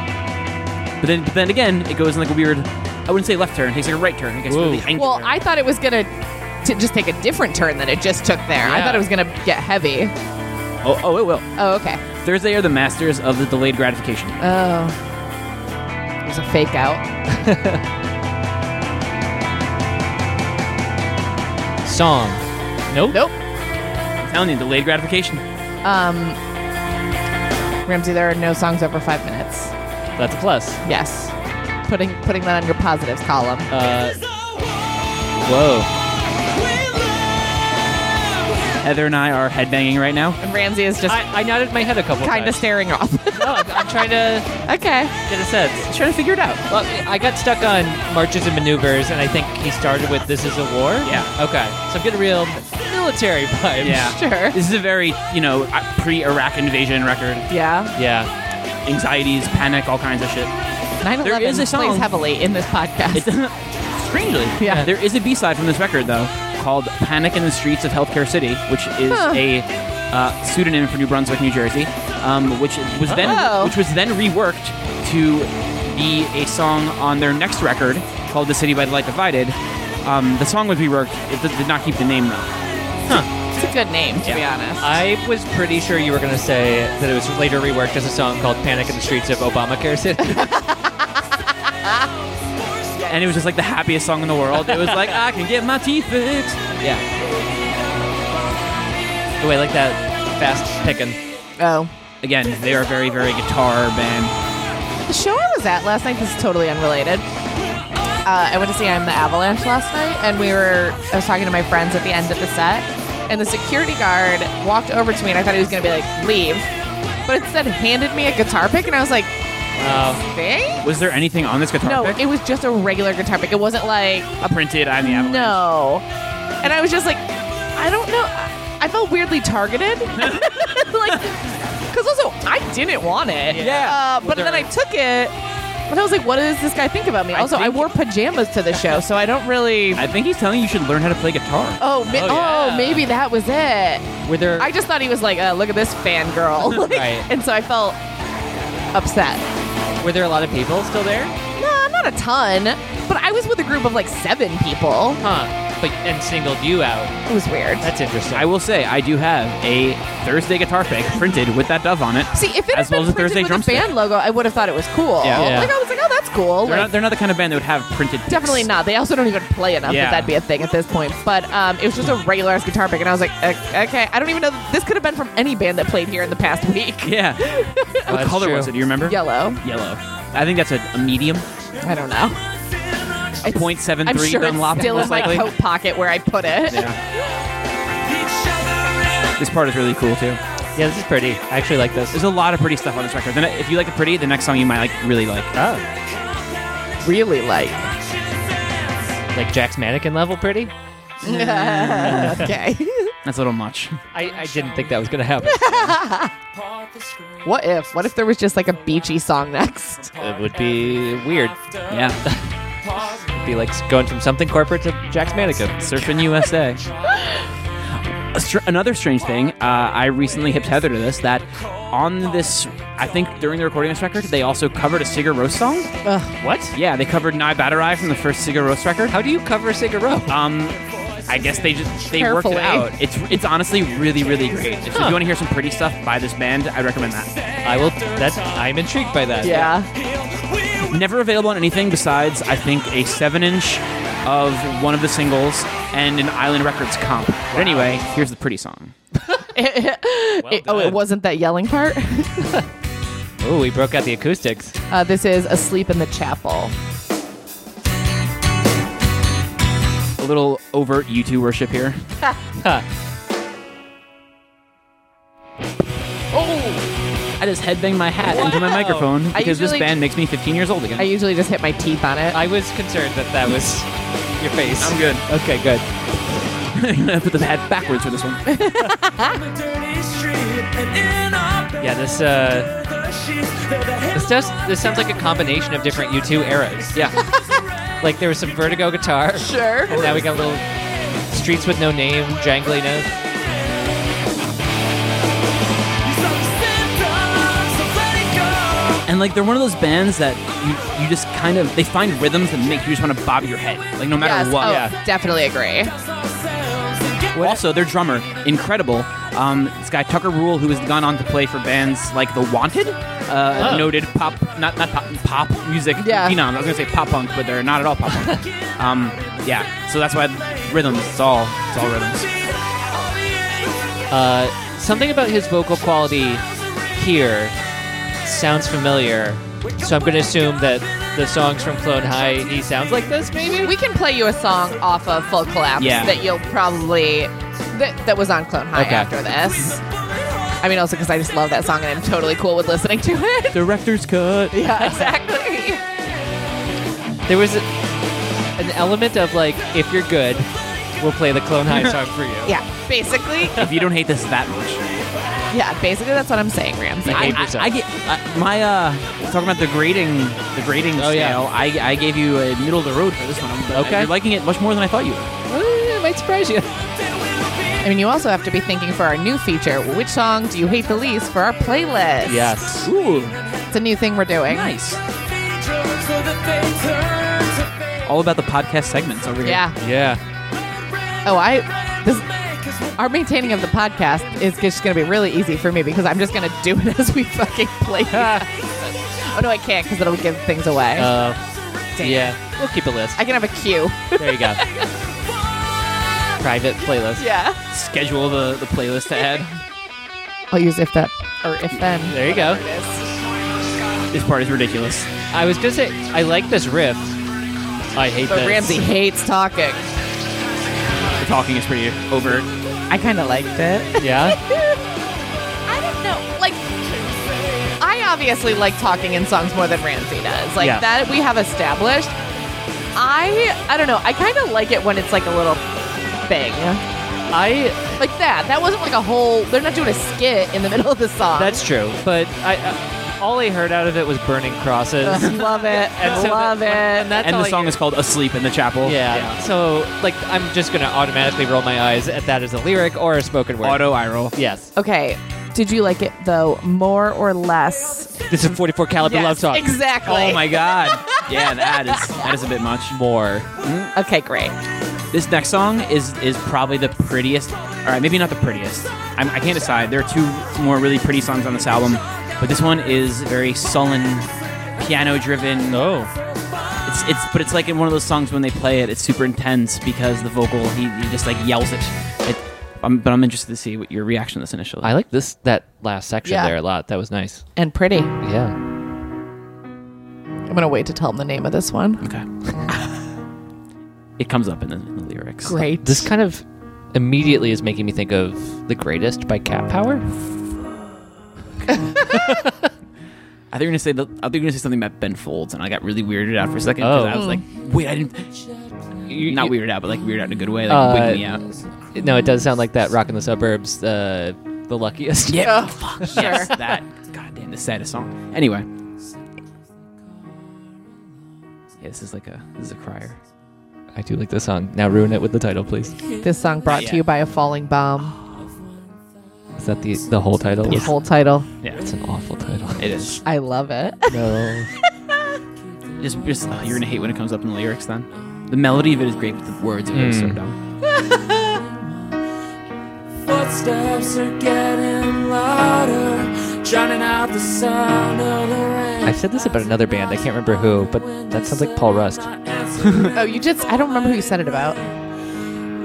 S3: But then, but then again, it goes in like a weird. I wouldn't say left turn. It takes like a right turn. It gets
S1: Whoa.
S3: really angular.
S2: Well, I thought it was gonna t- just take a different turn than it just took there. I
S1: Yeah.
S2: thought it was gonna get heavy.
S3: oh, oh, it will.
S2: Oh, okay.
S3: Thursday are the masters of the delayed gratification.
S2: Oh, it was a fake out.
S1: Song. Nope.
S2: Nope.
S3: I'm telling you, delayed gratification.
S2: Um, Ramsey, there are no songs over five minutes.
S1: That's a plus.
S2: Yes. Putting putting that on your positives column.
S1: Uh, whoa.
S3: Heather and I are headbanging right now.
S2: And Ramsey is just
S1: I, I nodded my head a couple
S2: kind of
S1: times.
S2: staring off.
S1: no, I'm, I'm trying to
S2: okay.
S1: get a sense.
S3: Just trying to figure it out.
S1: Well, I got stuck on marches and maneuvers, and I think he started with "This is a war."
S3: Yeah.
S1: Okay. So I'm getting real military vibes.
S3: Yeah.
S2: Sure.
S3: This is a very, you know, pre Iraq invasion record.
S2: Yeah.
S1: Yeah.
S3: Anxieties, panic, all kinds of shit.
S2: 9
S3: There
S2: 11
S3: is a
S2: plays
S3: song-
S2: heavily in this podcast.
S3: It strangely.
S2: Yeah.
S3: There is a B side from this record, though, called Panic in the Streets of Healthcare City, which is
S2: Huh.
S3: a. Uh, pseudonym for New Brunswick, New Jersey, um, which was then
S2: Oh.
S3: which was then reworked to be a song on their next record called "The City by the Light Divided." Um, the song was reworked; it did- did not keep the name though.
S2: it's a good name, to be
S3: Yeah.
S2: honest.
S1: I was pretty sure you were going to say that it was later reworked as a song called "Panic in the Streets of Obamacare City."
S3: and it was just like the happiest song in the world. It was like I can get my teeth fixed.
S1: yeah. Oh, I like that fast picking.
S2: oh.
S3: Again, they are very, very guitar band.
S2: The show I was at last night, this is totally unrelated. Uh, I went to see I'm the Avalanche last night, and we were, I was talking to my friends at the end of the set, and the security guard walked over to me, and I thought he was going to be like, leave. but instead handed me a guitar pick, and I was like,
S1: Oh,
S2: "Thanks."
S3: Was there anything on this guitar
S2: No,
S3: pick?
S2: it was just a regular guitar pick. It wasn't like
S3: printed on the Avalanche.
S2: no, and I was just like, I don't know. I felt weirdly targeted, like, because also I didn't want it.
S3: Yeah.
S2: uh, but
S3: Well,
S2: then I
S3: there-
S2: took it. But I was like, what does this guy think about me? Also, I,
S3: think-
S2: wore pajamas to the show, so I don't really.
S3: I think he's telling you you should learn how to play guitar.
S2: oh, mi-
S1: Oh,
S2: oh,
S1: yeah.
S2: maybe that was it.
S1: were there?
S2: I just thought he was like, uh, look at this fangirl. Like,
S1: Right.
S2: And so I felt upset.
S1: were there a lot of people still there?
S2: No, not a ton. But I was with a group of like seven people.
S1: Huh? But and singled you out.
S2: It was weird.
S1: That's interesting.
S3: I will say I do have a Thursday guitar pick printed with that dove on it.
S2: See, if it
S3: as
S2: had
S3: well
S2: been
S3: as a
S2: printed
S3: Thursday
S2: with a
S3: drumstick.
S2: band logo, I would have thought it was cool.
S1: Yeah. Yeah.
S2: Like I was like, oh, that's cool.
S3: They're
S2: Like,
S3: not, they're not the kind of band that would have printed. Picks.
S2: definitely not. They also don't even play enough that
S3: Yeah.
S2: that'd be a thing at this point. But um, it was just a regular ass guitar pick, and I was like, "Ok- okay, I don't even know. This could have been from any band that played here in the past week.
S3: Yeah. what
S1: that's
S3: color
S1: true.
S3: was it? Do you remember?
S2: Yellow.
S3: Yellow. I think that's a, a medium.
S2: I don't know. It's, I'm
S3: 0.73
S2: sure
S3: Dunlop,
S2: it's still
S3: most
S2: in my
S3: likely.
S2: coat pocket where I put it.
S3: Yeah. This part is really cool too.
S1: yeah, this is pretty. I actually like this.
S3: There's a lot of pretty stuff on this record. Then if you like it pretty, the next song you might like really like.
S1: Oh,
S2: Really like.
S1: like Jack's mannequin level pretty.
S2: okay.
S3: That's a little much.
S1: I, I didn't think that was gonna happen.
S2: what if? What if there was just like a beachy song next?
S1: it would be weird.
S3: Yeah.
S1: It'd be like going from something corporate to Jack's mannequin.
S3: Surfing USA. A str- Another strange thing, uh, I recently hipped Heather to this that on this, I think during the recording of this record, they also covered a Sigur Rós song.
S1: What?
S3: Yeah, they covered "Nye Batterai" from the first Sigur Rós record.
S1: How do you cover Sigaro?
S3: Um, I guess they just they worked
S2: Carefully.
S3: it out. It's it's honestly really really great. If you want to hear some pretty stuff by this band, I recommend that.
S1: I will. That I'm intrigued by that.
S2: Yeah.
S3: Never available on anything besides I think a seven inch of one of the singles and an Island Records comp. But anyway, here's the pretty song.
S2: It- oh, it
S1: done.
S2: wasn't that yelling part?
S1: Oh, we broke out the acoustics.
S2: Uh, this is Asleep in the Chapel.
S3: A little overt U2 worship here.
S2: Oh!
S3: I just headbang my hat into my
S1: Wow.
S3: microphone
S2: I
S3: because
S2: usually-
S3: this band makes me 15 years old again.
S2: I usually just hit my teeth on it.
S1: I was concerned that that was your face.
S3: I'm good.
S1: Okay, good.
S3: I'm gonna put the hat backwards for this one.
S1: Yeah, this uh, this does this sounds like a combination of different U2 eras.
S3: Yeah.
S1: Like there was some Vertigo guitar,
S2: sure.
S1: and now we got little Streets with No Name, jangly notes.
S3: And like they're one of those bands that you you just kind of they find rhythms that make you just want to bob your head, like no matter
S2: Yes.
S3: what.
S2: Oh, definitely agree.
S3: Also, their drummer, incredible. Um, this guy Tucker Rule, who has gone on to play for bands like The Wanted, uh,
S1: Oh.
S3: noted pop, not not pop, pop music
S2: Yeah.
S3: phenom. I was gonna say pop punk, but they're not at all pop punk. um, yeah, so that's why rhythms. It's all it's all rhythms.
S1: Uh, something about his vocal quality here sounds familiar, so I'm going to assume that the songs from Clone High he sounds like this, maybe.
S2: We can play you a song off of Full Collapse
S3: Yeah.
S2: that you'll probably that, that was on Clone High
S3: Okay.
S2: after this. I mean, also because I just love that song and I'm totally cool with listening to it.
S3: Director's cut.
S2: yeah, exactly.
S1: There was a, an element of like, if you're good, we'll play the Clone High song for you.
S2: Yeah, basically.
S3: If you don't hate this that much.
S2: Yeah, basically that's what I'm saying, Ramsey.
S1: Yeah.
S3: I,
S1: Behave
S3: I,
S1: yourself.
S3: I get uh, my uh, talking about the grading, the grading
S1: Oh, yeah.
S3: scale. I, I gave you a middle of the road for this one. But
S1: Okay.
S3: you're liking it much more than I thought you would.
S1: Well, it might surprise you.
S2: I mean, you also have to be thinking for our new feature. Which song do you hate the least for our playlist?
S1: Yes.
S3: Ooh,
S2: It's a new thing we're doing.
S3: nice.
S4: Oh.
S3: All about the podcast segments over here.
S2: Yeah.
S1: Yeah.
S2: Oh, I. This, our maintaining of the podcast is just going to be really easy for me because I'm just going to do it as we fucking play. oh no, I can't because it'll give things away.
S1: Uh,
S2: Damn.
S1: yeah. We'll keep a list.
S2: I can have a cue.
S1: There you go. Private playlist.
S2: yeah.
S3: Schedule the, the playlist to add.
S2: I'll use if that or if then.
S1: There you go.
S3: this part is ridiculous.
S1: I was gonna say I like this riff. I hate
S2: But
S1: this.
S2: Ramsey hates talking.
S3: The talking is pretty overt.
S2: I kind of liked it.
S1: Yeah.
S2: I don't know. Like, obviously like talking in songs more than Ramsey does. Like
S1: Yeah.
S2: that we have established. I I don't know. I kind of like it when it's like a little thing.
S1: I
S2: Like that. That wasn't like a whole. They're not doing a skit in the middle of the song.
S1: that's true, but I, I all I heard out of it was burning crosses.
S2: love it.
S1: And so
S2: love
S1: that-
S2: it.
S1: and that's
S3: and
S1: all
S3: the
S1: I
S3: song
S1: hear.
S3: is called "Asleep in the Chapel."
S1: Yeah. So like I'm just gonna automatically roll my eyes at that as a lyric or a spoken word.
S3: Auto eye roll.
S1: Yes.
S2: okay. Did you like it though, more or less?
S1: This is 44 caliber
S2: Yes,
S1: love song.
S2: Exactly.
S3: Oh my god. yeah, that is that is a bit much.
S1: More.
S2: Okay, great.
S3: This next song is is probably the prettiest. All right, maybe not the prettiest. I'm, I can't decide. There are two more really pretty songs on this album, but this one is very sullen, piano-driven.
S1: Oh.
S3: It's, it's but it's like in one of those songs when they play it, it's super intense because the vocal he, he just like yells it. it um, but I'm interested to see what your reaction to this initially.
S1: I like this that last section
S2: Yeah.
S1: there a lot. That was nice.
S2: And pretty.
S1: Yeah.
S2: I'm gonna wait to tell them the name of this one.
S3: okay. it comes up in the, in the lyrics.
S2: Great.
S1: This kind of immediately is making me think of The Greatest by Cat Power.
S3: I think you're gonna say the, I think you're gonna say something about Ben Folds, and I got really weirded out for a second
S1: Oh.
S3: because I was like, wait, I didn't. not weirded out, but like weirded out in a good way, like
S1: Uh,
S3: wigged me out.
S1: No, it does sound like that rock in the suburbs, uh, the luckiest.
S3: Yeah, fuck
S2: sure.
S3: yes, that. Goddamn, the saddest song. Anyway, yeah, this is like a this is a crier.
S1: I do like this song. Now ruin it with the title, please.
S2: This song brought to
S3: Yeah.
S2: you by a falling bomb.
S1: Is that the the whole title?
S2: The whole title.
S3: Yeah,
S1: It's
S3: it's,
S1: an awful title.
S3: it is.
S2: I love it.
S1: No.
S3: Just, just oh, you're gonna hate when it comes up in the lyrics. Then the melody of it is great, but the words of it are so
S1: Mm.
S3: dumb.
S4: Footsteps are getting louder, drowning out the sound of the rain.
S1: I've said this about another band. I can't remember who, but that sounds like Paul Rust.
S2: Oh, you just, I don't remember who you said it about.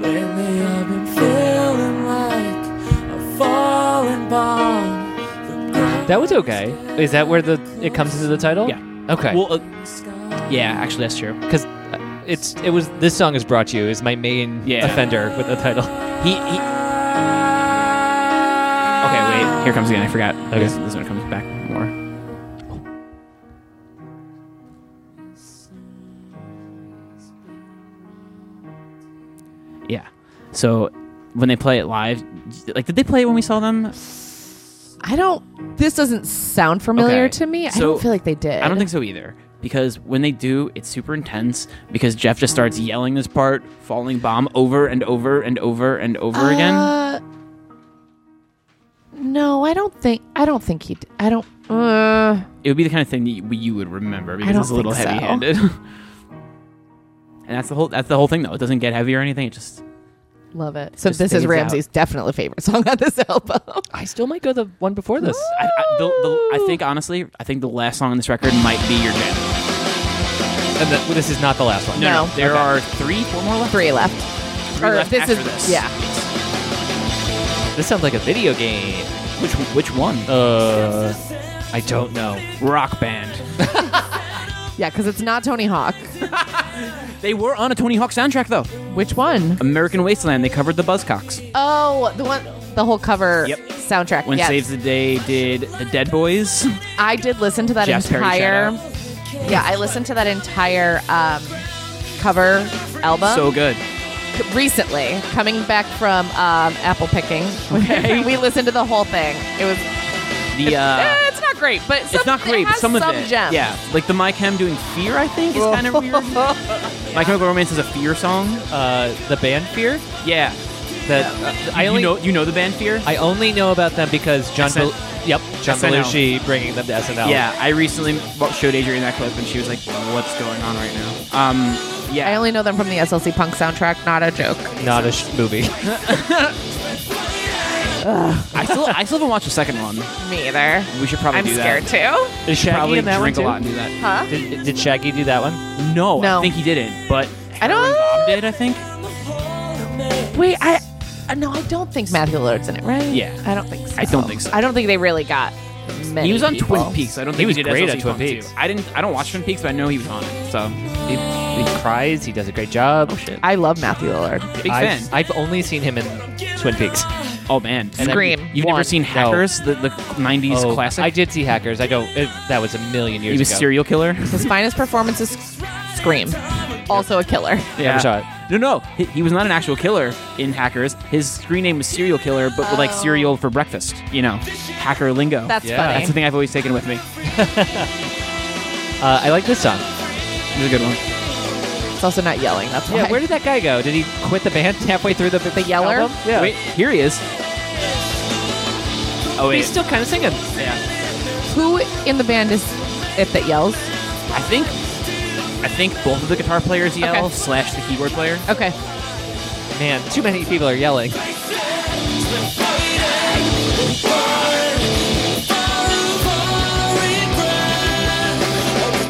S4: Lately I've been feeling like a falling bomb.
S1: That was okay. Is that where the it comes into the title?
S3: Yeah.
S1: Okay.
S3: Well, uh, yeah, actually, that's true.
S1: because it's it was this song is brought to you is my main
S3: Yeah.
S1: offender with the title.
S3: He, he. Okay, wait. Here comes again. I forgot.
S1: Okay.
S3: This, this one comes back more. Yeah. So when they play it live, like, did they play it when we saw them?
S2: I don't, this doesn't sound familiar
S3: Okay.
S2: to me. I
S3: So-
S2: don't feel like they did.
S3: I don't think so either. Because when they do, it's super intense. Because Jeff just starts yelling this part, falling bomb over and over and over and over again.
S2: Uh, no, I don't think, I don't think he, d- I don't, uh,
S3: It would be the kind of thing that you, you would remember because
S2: don't
S3: it's a little
S2: think so.
S3: heavy-handed. and that's the whole that's the whole thing though. It doesn't get heavy or anything. It just
S2: love it. So
S3: Just
S2: this
S3: fades
S2: is
S3: out.
S2: Ramsey's definitely favorite song on this album.
S1: I still might go the one before this.
S3: I, I, the, the, I think honestly, I think the last song on this record might be your jam.
S1: And the, this is not the last one.
S3: No, no,
S2: No.
S3: there
S1: Okay.
S3: are three, four more left.
S2: Three left.
S3: Three
S2: Or
S3: left
S2: this
S3: after
S2: is-
S3: this.
S2: yeah.
S1: This sounds like a video game.
S3: Which which one?
S1: Uh, I don't know.
S3: Rock band.
S2: Yeah, because it's not Tony Hawk.
S3: They were on a Tony Hawk soundtrack though.
S2: Which one?
S3: American Wasteland. They covered the Buzzcocks.
S2: Oh, the one, the whole cover
S3: Yep.
S2: soundtrack.
S3: When
S2: yes.
S3: Saves the Day did the Dead Boys.
S2: I did listen to that
S3: Jazz Perry
S2: entire. Yeah, I listened to that entire um, cover album
S3: so good.
S2: c- recently, coming back from um, apple picking. we listened to the whole thing. It was.
S3: The uh,
S2: eh, it's not great, but some,
S3: it's not great,
S2: It
S3: but
S2: has
S3: some,
S2: some,
S3: of it.
S2: gems.
S3: Yeah, like the My Chem doing Fear, I think is kind of weird. My Chemical Romance is a Fear song.
S1: Uh, the band Fear.
S3: Yeah,
S1: That uh, I only
S3: you know you know the band Fear.
S1: I only know about them because John.
S3: SN
S1: Bel- yep, John
S3: SNL.
S1: Belushi bringing them to SNL.
S3: yeah, I recently wa- showed Adrian that clip, and she was like, "What's going on right now?" Um, yeah,
S2: I only know them from the SLC Punk soundtrack. Not a joke.
S1: not a sh- movie.
S3: I still I still haven't watched the second one.
S2: Me either.
S3: We should probably
S2: I'm
S3: do
S2: scared
S3: that.
S2: too.
S1: Is Shaggy
S3: Probably
S1: in that
S3: drink
S1: one
S3: a
S1: too?
S3: lot and do that.
S2: Huh?
S1: Did, did Shaggy do that one?
S3: No,
S2: No.
S3: I think he didn't, but
S2: I don't-
S3: Heather and Bob did. I think.
S2: Wait, I. uh, No, I don't think Matthew Lillard's in it, right?
S3: Yeah.
S2: I don't think so.
S3: I don't think so.
S2: I don't think they really got. Many
S3: He was on
S2: people.
S3: Twin Peaks. I don't
S1: He
S3: think he
S1: was
S3: did
S1: great
S3: SLC
S1: at Twin
S3: Punk too.
S1: Peaks.
S3: I didn't. I don't watch Twin Peaks, but I know he was on it. So
S1: He, he cries. He does a great job.
S3: Oh, shit.
S2: I love Matthew Lillard.
S3: Big
S1: I've,
S3: fan.
S1: I've only seen him in Twin Peaks.
S3: Oh man, And
S2: Scream.
S3: then- You've
S1: One.
S3: never seen
S1: No.
S3: Hackers, the, the '90s
S1: Oh,
S3: classic.
S1: I did see Hackers. I don't. It, that was a million years
S3: He was
S1: ago.
S3: serial killer.
S2: His finest performance is Scream. Also a killer.
S1: Never saw it.
S3: No, no, he, he was not an actual killer in Hackers. His screen name was Serial Killer, but with, like cereal for breakfast. You know, hacker lingo.
S2: That's
S1: Yeah.
S2: funny.
S3: That's the thing I've always taken with me.
S1: Uh, I like this song.
S3: It's a good one.
S2: it's also not yelling. That's why.
S1: Yeah, where did that guy go? Did he quit the band halfway through the the
S2: yeller?
S1: Album? Yeah,
S3: Wait, here he is. Oh wait,
S1: he's still kind of singing.
S3: yeah.
S2: Who in the band is it that yells?
S3: I think, I think both of the guitar players yell
S2: Okay.
S3: slash the keyboard player.
S2: Okay.
S1: Man, too many people are yelling.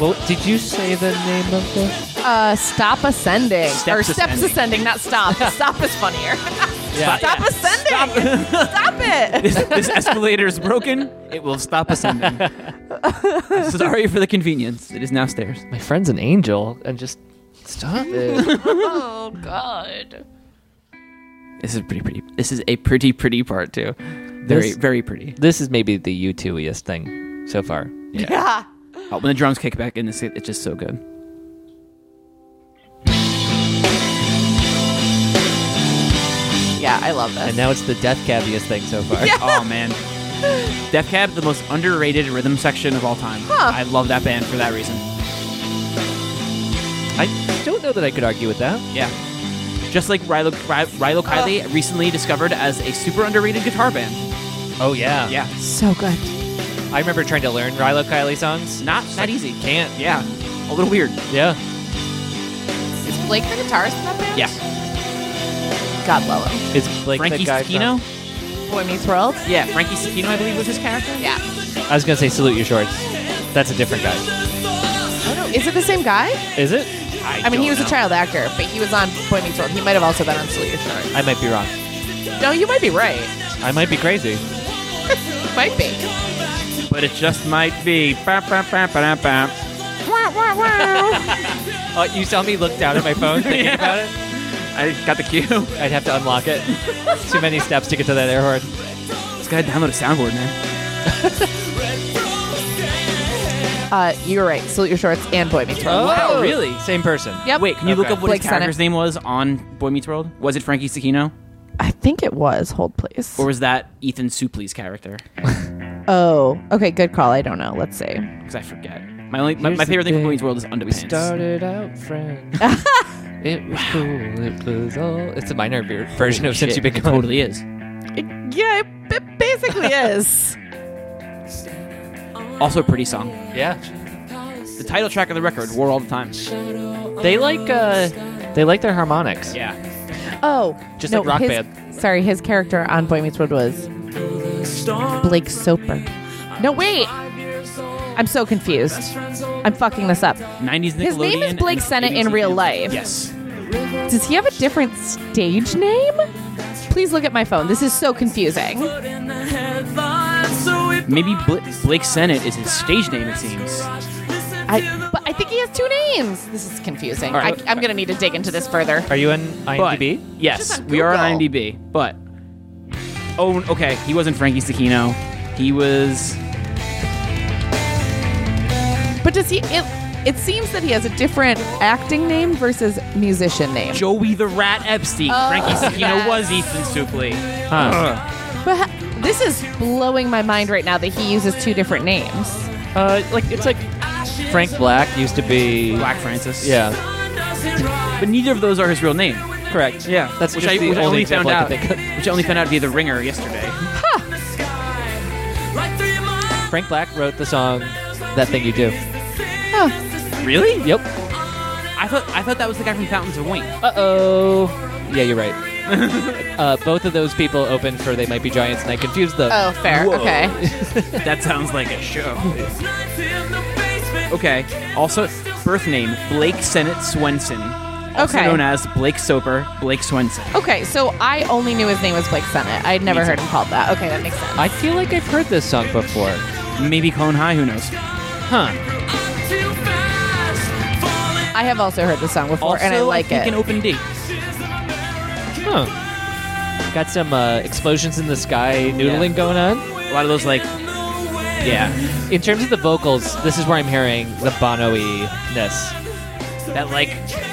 S1: Well, did you say the name of the?
S2: Uh, stop ascending.
S3: Steps
S2: or steps
S3: ascending.
S2: ascending. not stop. stop is funnier.
S1: Yeah.
S2: Stop ascending. Stop, it.
S3: this escalator is broken. It will stop ascending. Sorry for the convenience. It is now stairs.
S1: My friend's an angel, and just stop it.
S2: Oh God.
S3: This is pretty pretty. This is a pretty pretty part too. Very
S1: This-
S3: very pretty.
S1: this is maybe the U two-iest thing so far.
S3: Yeah.
S2: Yeah.
S3: Oh, when the drums kick back in, this it's just so good.
S2: Yeah, I love this.
S1: And now it's the death caviest thing so far.
S3: oh man, Def Cab, the most underrated rhythm section of all time. I love that band for that reason.
S1: I don't know that I could argue with that.
S3: Yeah. Just like Rilo, Ry- Rilo Kiley, recently discovered as a super underrated guitar band.
S1: Oh yeah.
S3: Yeah,
S2: so good.
S1: I remember trying to learn Rilo Kiley songs.
S3: not not easy.
S1: Can't.
S3: Yeah, a little weird.
S1: Yeah.
S2: Is Blake the guitarist in that band?
S3: Yeah,
S2: God love him.
S1: It's Blake
S3: Frankie
S1: the guy
S3: Sakino.
S2: Boy Meets World.
S3: Yeah, Frankie Sakino, I believe was his character.
S2: Yeah.
S1: I was gonna say salute your shorts. That's a different guy.
S2: Oh, Is it the same guy?
S1: Is it?
S2: I mean, he was
S3: don't
S2: a
S3: know.
S2: child actor, but he was on Boy Meets World. He might have also been on Salute Your Short.
S1: I might be wrong.
S2: No, you might be right.
S1: I might be crazy.
S2: Might be.
S3: but it just might be. Ba, ba, ba, ba, ba.
S1: Oh, you saw me look down at my phone thinking about it.
S3: I got the cue.
S1: I'd have to unlock it. Too many steps to get to that air horn.
S3: This guy downloaded a soundboard, man.
S2: Uh, you were right. Salute Your Shorts and Boy Meets
S1: Oh.
S2: World.
S3: Wow, Oh, really?
S1: Same person.
S2: Yep.
S3: Wait, can you look
S1: Okay.
S3: up what
S2: Blake
S3: his
S2: Senate.
S3: character's name was on Boy Meets World? Was it Frankie Sakino?
S2: I think it was. Hold, please.
S3: Or was that Ethan Suplee's character?
S2: oh, okay. Good call. I don't know. Let's see.
S3: Because I forget. My only my,
S1: Here's
S3: my favorite
S1: the
S3: thing from
S1: thing.
S3: Boy Meets World is underpants.
S1: out friends. it was cool. It was all. It's a minor ver- version of Since
S3: Shit,
S1: You've Been
S3: it
S1: Gone.
S3: totally is.
S2: yeah, it, it basically is.
S3: Also a pretty song.
S1: Yeah.
S3: The title track of the record, War All the Time.
S1: They like. uh They like their harmonics.
S3: Yeah.
S2: Oh,
S1: Just
S2: no,
S1: like Rock
S2: his-
S1: Band.
S2: Sorry, his character on Boy Meets World was Blake Soper. No, wait. I'm so confused. I'm fucking this up.
S3: 90s Nickelodeon.
S2: His name is
S3: and
S2: Blake Sennett in
S3: 80s
S2: real
S3: Nickelodeon.
S2: life.
S3: Yes.
S2: Does he have a different stage name? Please look at my phone. This is so confusing.
S3: Maybe Bla- Blake Sennett is his stage name, it seems.
S2: I, but I think he has two names. This is confusing.
S3: All
S2: I,
S3: right.
S2: I'm going to need to dig into this further.
S1: Are you on
S3: But,
S1: IMDb?
S3: yes,
S2: Just on
S3: we are on
S2: Google.
S3: IMDb. But oh, okay, he wasn't Frankie Sakino. He was.
S2: But does he? It, it seems that he has a different acting name versus musician name.
S3: Joey the Rat Epstein.
S2: Oh,
S3: Frankie Sakino
S2: yes.
S3: was Ethan Supley.
S1: Huh.
S2: But ha- this is blowing my mind right now that he uses two different names.
S1: Uh, like it's like Frank Black used to be.
S3: Black Francis.
S1: Yeah,
S3: But neither of those are his real name.
S1: correct.
S3: Yeah,
S1: that's
S3: which
S1: just
S3: I,
S1: the
S3: which I
S1: only
S3: only found
S1: example I
S3: out.
S1: could think
S3: which I only found out via the Ringer yesterday.
S1: Frank Black wrote the song "That Thing You Do."
S3: Really?
S1: Yep.
S3: I thought I thought that was the guy from Fountains of Wayne.
S1: Uh oh. Yeah, you're right. uh, both of those people opened for "They Might Be Giants," and I confused the.
S2: Oh, fair.
S3: Whoa.
S2: Okay.
S3: that sounds like a show. Okay. Also, birth name Blake Sennett Swenson. Also
S2: Okay.
S3: known as Blake Soper, Blake Swenson.
S2: Okay. So I only knew his name was Blake Sennett. I'd never
S3: Me too.
S2: heard him called that. Okay, that makes sense.
S1: I feel like I've heard this song before.
S3: Maybe Cone High, who knows?
S1: Huh.
S2: I have also heard this song before, and I like
S3: think
S2: it.
S3: an open D.
S1: Huh. Got some uh, explosions in the sky noodling going on.
S3: A lot of those like, yeah,
S1: In terms of the vocals, this is where I'm hearing the Bono-y-ness. That like,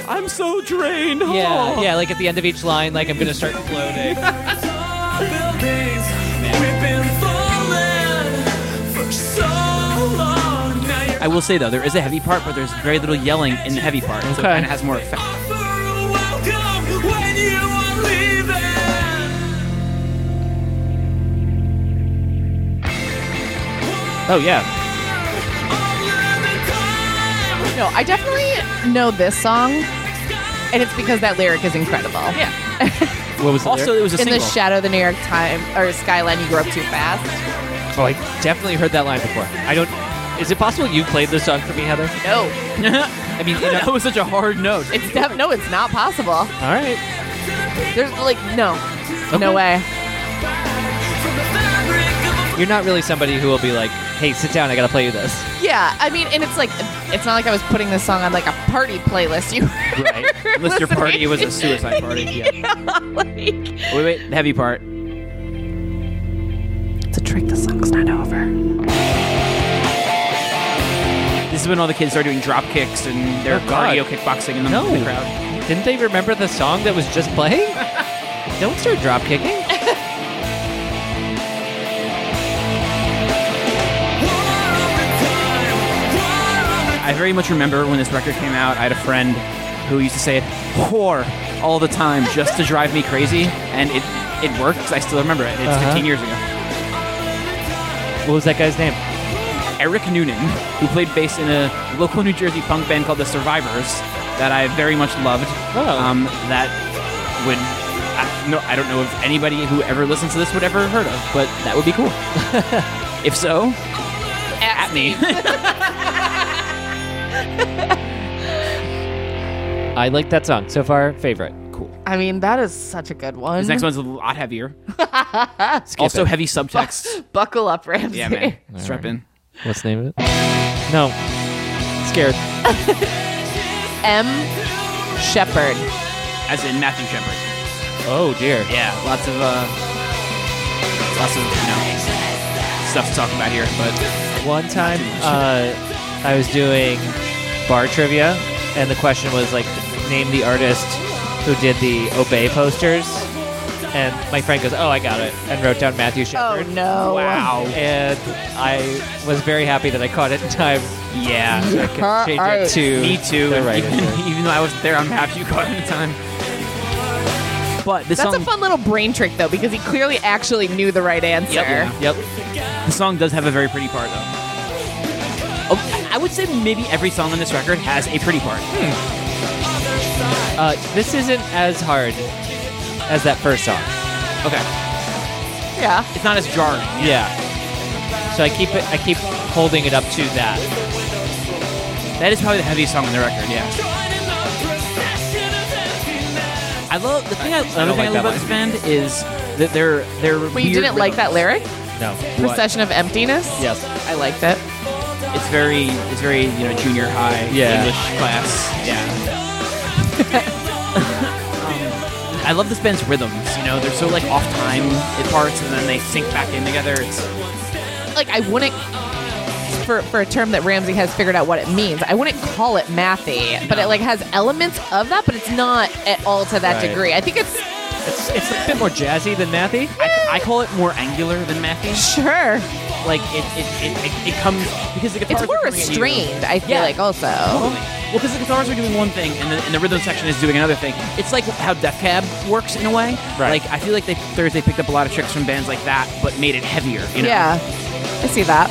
S3: I'm so drained.
S1: yeah, yeah, like at the end of each line, like I'm gonna start floating.
S4: buildings we've been falling for so long. Now you're
S3: I will say though, there is a heavy part, but there's very little yelling in the heavy part, so it
S1: Okay.
S3: kind of has more effect.
S4: offer a welcome when you are leaving.
S3: Oh yeah,
S4: All in the time
S2: No, I definitely know this song, and it's because that lyric is incredible. Yeah.
S1: What was the
S3: Also,
S1: lyric?
S3: it was a
S2: In
S3: single.
S2: the shadow of the New York Times or skyline, you grew up too fast.
S1: Oh, I definitely heard that line before. I don't. Is it possible you played this song for me, Heather?
S2: No,
S1: I mean, you know,
S3: that was such a hard note.
S2: it's def- no, it's not possible.
S1: all right.
S2: There's like no, no
S1: Okay.
S2: way.
S4: from the fabric of a
S1: You're not really somebody who will be like, "Hey, sit down. I gotta play you this."
S2: Yeah, I mean, and it's like it's not like I was putting this song on like a party playlist. You
S3: Right. Unless your party was a suicide party. Yeah.
S2: like
S3: Wait, wait, the heavy part.
S2: it's a trick. The song's not over.
S3: This is when all the kids are doing drop kicks and they're
S1: Oh, God.
S3: cardio kickboxing in the,
S1: No.
S3: in the crowd.
S1: Didn't they remember the song that was just playing? don't start drop kicking.
S3: I very much remember when this record came out. I had a friend who used to say it "whore" all the time just to drive me crazy, and it it worked. 'cause I still remember it. It's
S1: Uh-huh.
S3: 15 years ago.
S1: What was that guy's name?
S3: Eric Noonan, who played bass in a local New Jersey punk band called the Survivors, that I very much loved.
S1: Oh.
S3: Um, that would. I, no, I don't know if anybody who ever listens to this would ever have heard of, but that would be cool. if so, at me.
S1: I like that song so far. Favorite. Cool.
S2: I mean, that is such a good one.
S3: This next one's a lot heavier.
S1: Skip
S3: also
S1: it.
S3: heavy subtext.
S2: Buckle up, Ramsey.
S3: yeah, man. Strap in.
S1: what's the name of it? No. Scared.
S2: M. Shepherd.
S3: As in Matthew Shepard.
S1: Oh dear.
S3: Yeah, lots of uh lots of you know stuff to talk about here, but
S1: One time, uh, I was doing bar trivia, and the question was like, name the artist who did the Obey posters. And my friend goes, "Oh, I got it," and wrote down Matthew
S2: Oh
S1: Shepard.
S2: no.
S3: wow.
S1: And I was very happy that I caught it in time.
S3: Yeah.
S1: I could change it to
S3: Me too.
S1: The right
S3: even,
S1: answer.
S3: even though I wasn't there, I'm happy you caught any time. But this
S2: That's a
S3: song,
S2: fun little brain trick though, because he clearly actually knew the right answer.
S3: Yep.
S1: Yep.
S3: the song does have a very pretty part, though. Oh, I would say maybe every song on this record has a pretty part.
S1: Uh, this isn't as hard as that first song.
S3: Okay,
S2: Yeah.
S3: it's not as jarring.
S1: Yeah. So I keep it. I keep holding it up to that.
S3: That is probably the heaviest song on the record. Yeah.
S4: joining the procession of emptiness.
S3: I love the thing. I,
S1: I
S3: another
S1: don't
S3: thing I
S1: like
S3: love about
S1: that
S3: this band is that they're they're.
S2: Wait, you didn't like that lyric?
S1: No.
S2: Procession of emptiness.
S1: Yes.
S2: I liked it.
S3: It's very it's very you know junior high
S1: Yeah.
S3: English class. Yeah. Um, I love this band's rhythms. You know, they're so like off time at parts, and then they sync back in together. It's
S2: Like I wouldn't. For, for a term that Ramsey has figured out what it means, I wouldn't call it mathy, but it like has elements of that, but it's not at all to that
S1: Right.
S2: degree. I think it's
S1: It's, it's a bit more jazzy than mathy.
S3: I, I call it more angular than Matthew.
S2: sure
S3: Like it it, it, it, it comes because the guitars
S2: it's more
S3: are coming at you.
S2: restrained. I feel
S3: Yeah.
S2: like also.
S3: Well, because the guitars are doing one thing and the, and the rhythm section is doing another thing. It's like how Def Cab works in a way.
S1: Right.
S3: Like I feel like they Thursday picked up a lot of tricks from bands like that, but made it heavier. You know?
S2: Yeah, I see that.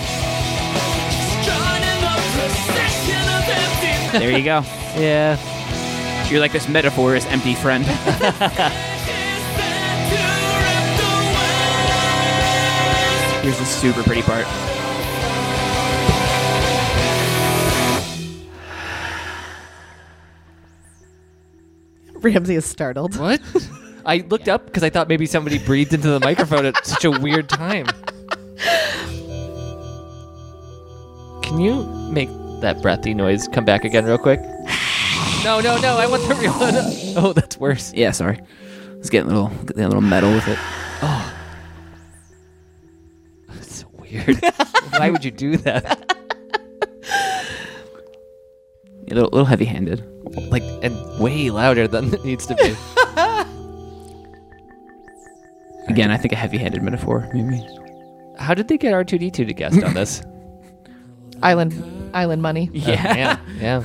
S4: Joining the procession of emptiness.
S3: There you go.
S1: Yeah.
S3: You're like this metaphor is empty friend. Here's the super pretty part.
S2: Ramsey is startled.
S1: What? I looked up because I thought maybe somebody breathed into the microphone at such a weird time. Can you make that breathy noise come back again real quick? No, no, no. I want the real one. Oh, that's worse.
S3: Yeah, sorry. Let's get a little, get a little metal with it.
S1: Oh. It's weird. Why would you do that?
S3: A little, little heavy-handed.
S1: Like, and way louder than it needs to be.
S3: Again, I think a heavy-handed metaphor. Maybe.
S1: How did they get R2D2 to guest on this?
S2: Island, island money.
S1: Yeah. yeah. Yeah.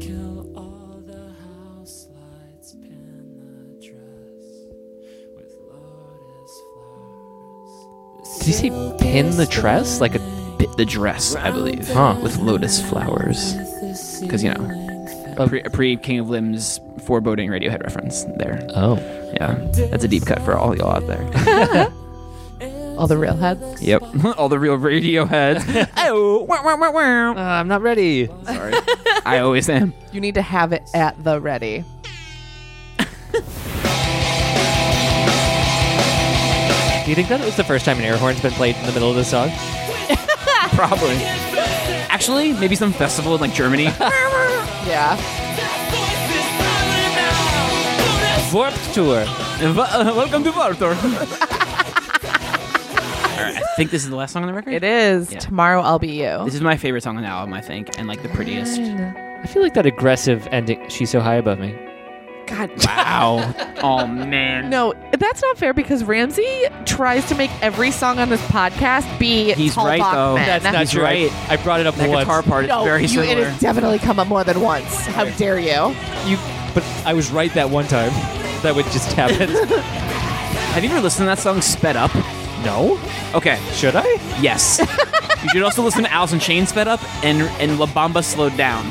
S4: Kill all the house lights, pin the dress with lotus flowers.
S1: Did he say pin the tress? Like a.
S3: Bit the dress, I believe,
S1: Huh.
S3: with lotus flowers, because you know, a pre, a pre King of Limbs foreboding Radiohead reference there.
S1: Oh.
S3: Yeah, that's a deep cut for all y'all out there.
S2: All the real heads.
S3: Yep. All the real Radioheads. oh, wow, wow, wow, wow.
S1: I'm not ready.
S3: Sorry. I always am.
S2: You need to have it at the ready.
S1: Do you think that was the first time an air horn's been played in the middle of the song?
S3: Probably. Actually, maybe some festival in like Germany.
S2: Yeah.
S1: Warped Tour.
S3: uh, Welcome to Vartor. All right, I think this is the last song on the record.
S2: It is.
S3: Yeah.
S2: Tomorrow I'll be you.
S3: This is my favorite song on the album, I think, and like the prettiest.
S1: I feel like that aggressive ending. She's so high above me.
S2: God.
S3: Wow. oh man.
S2: No, that's not fair because Ramsey tries to make every song on this podcast be
S3: He's
S2: tall
S3: right,
S2: Bach
S3: though.
S2: men.
S1: That's not
S3: He's
S1: true.
S3: right.
S1: I, I brought it up
S3: That
S1: once.
S3: guitar part is
S2: no,
S3: very
S2: you, it
S3: similar.
S2: has definitely come up more than once. How dare you?
S1: You, but I was right that one time. That would just happen.
S3: Have you ever listened to that song sped up?
S1: no?
S3: Okay.
S1: Should I?
S3: Yes. you should also listen to Alice in Chains sped up and and La Bamba slowed down.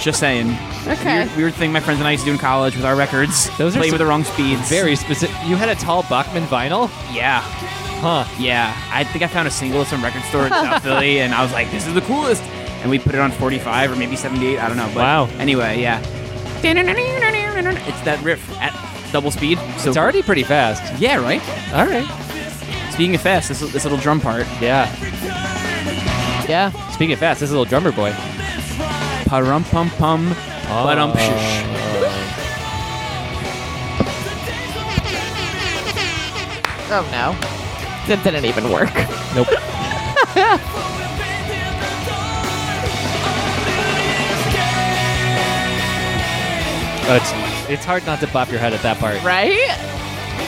S3: Just saying.
S2: Okay.
S3: Weird, weird thing my friends and I used to do in college with our records.
S1: Those are
S3: play
S1: some
S3: with the wrong speeds.
S1: Very specific. You had a tall Bachman vinyl?
S3: Yeah,
S1: Huh.
S3: yeah. I think I found a single at some record store in South Philly, and I was like, "This is the coolest." And we put it on 45 or maybe 78. I don't know. But
S1: Wow.
S3: Anyway, yeah. It's that riff at double speed. So
S1: It's already pretty fast.
S3: yeah, right.
S1: All right.
S3: Speaking of fast, this, this little drum part.
S1: Yeah. Yeah. Speaking of fast, this is a little drummer boy.
S3: Parum pum pum.
S1: um,
S3: Parum
S1: Uh,
S3: shush.
S2: Oh no. That didn't even work.
S1: Nope. Oh, it's, it's hard not to bop your head at that part.
S2: Right?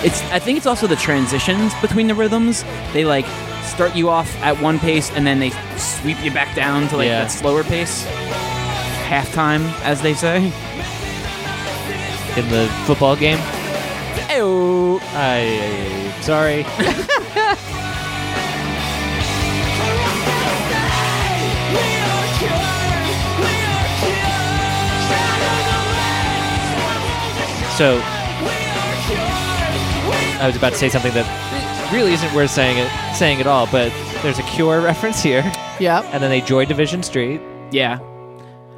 S3: It's. I think it's also the transitions between the rhythms. They like start you off at one pace and then they sweep you back down to like
S1: Yeah.
S3: that slower pace. Halftime, as they say.
S1: In the football game?
S3: Ew.
S1: I. Sorry. So, I was about to say something that really isn't worth saying it, saying at all, but there's a Cure reference here,
S2: Yep.
S1: and then they Joy Division Street.
S3: Yeah.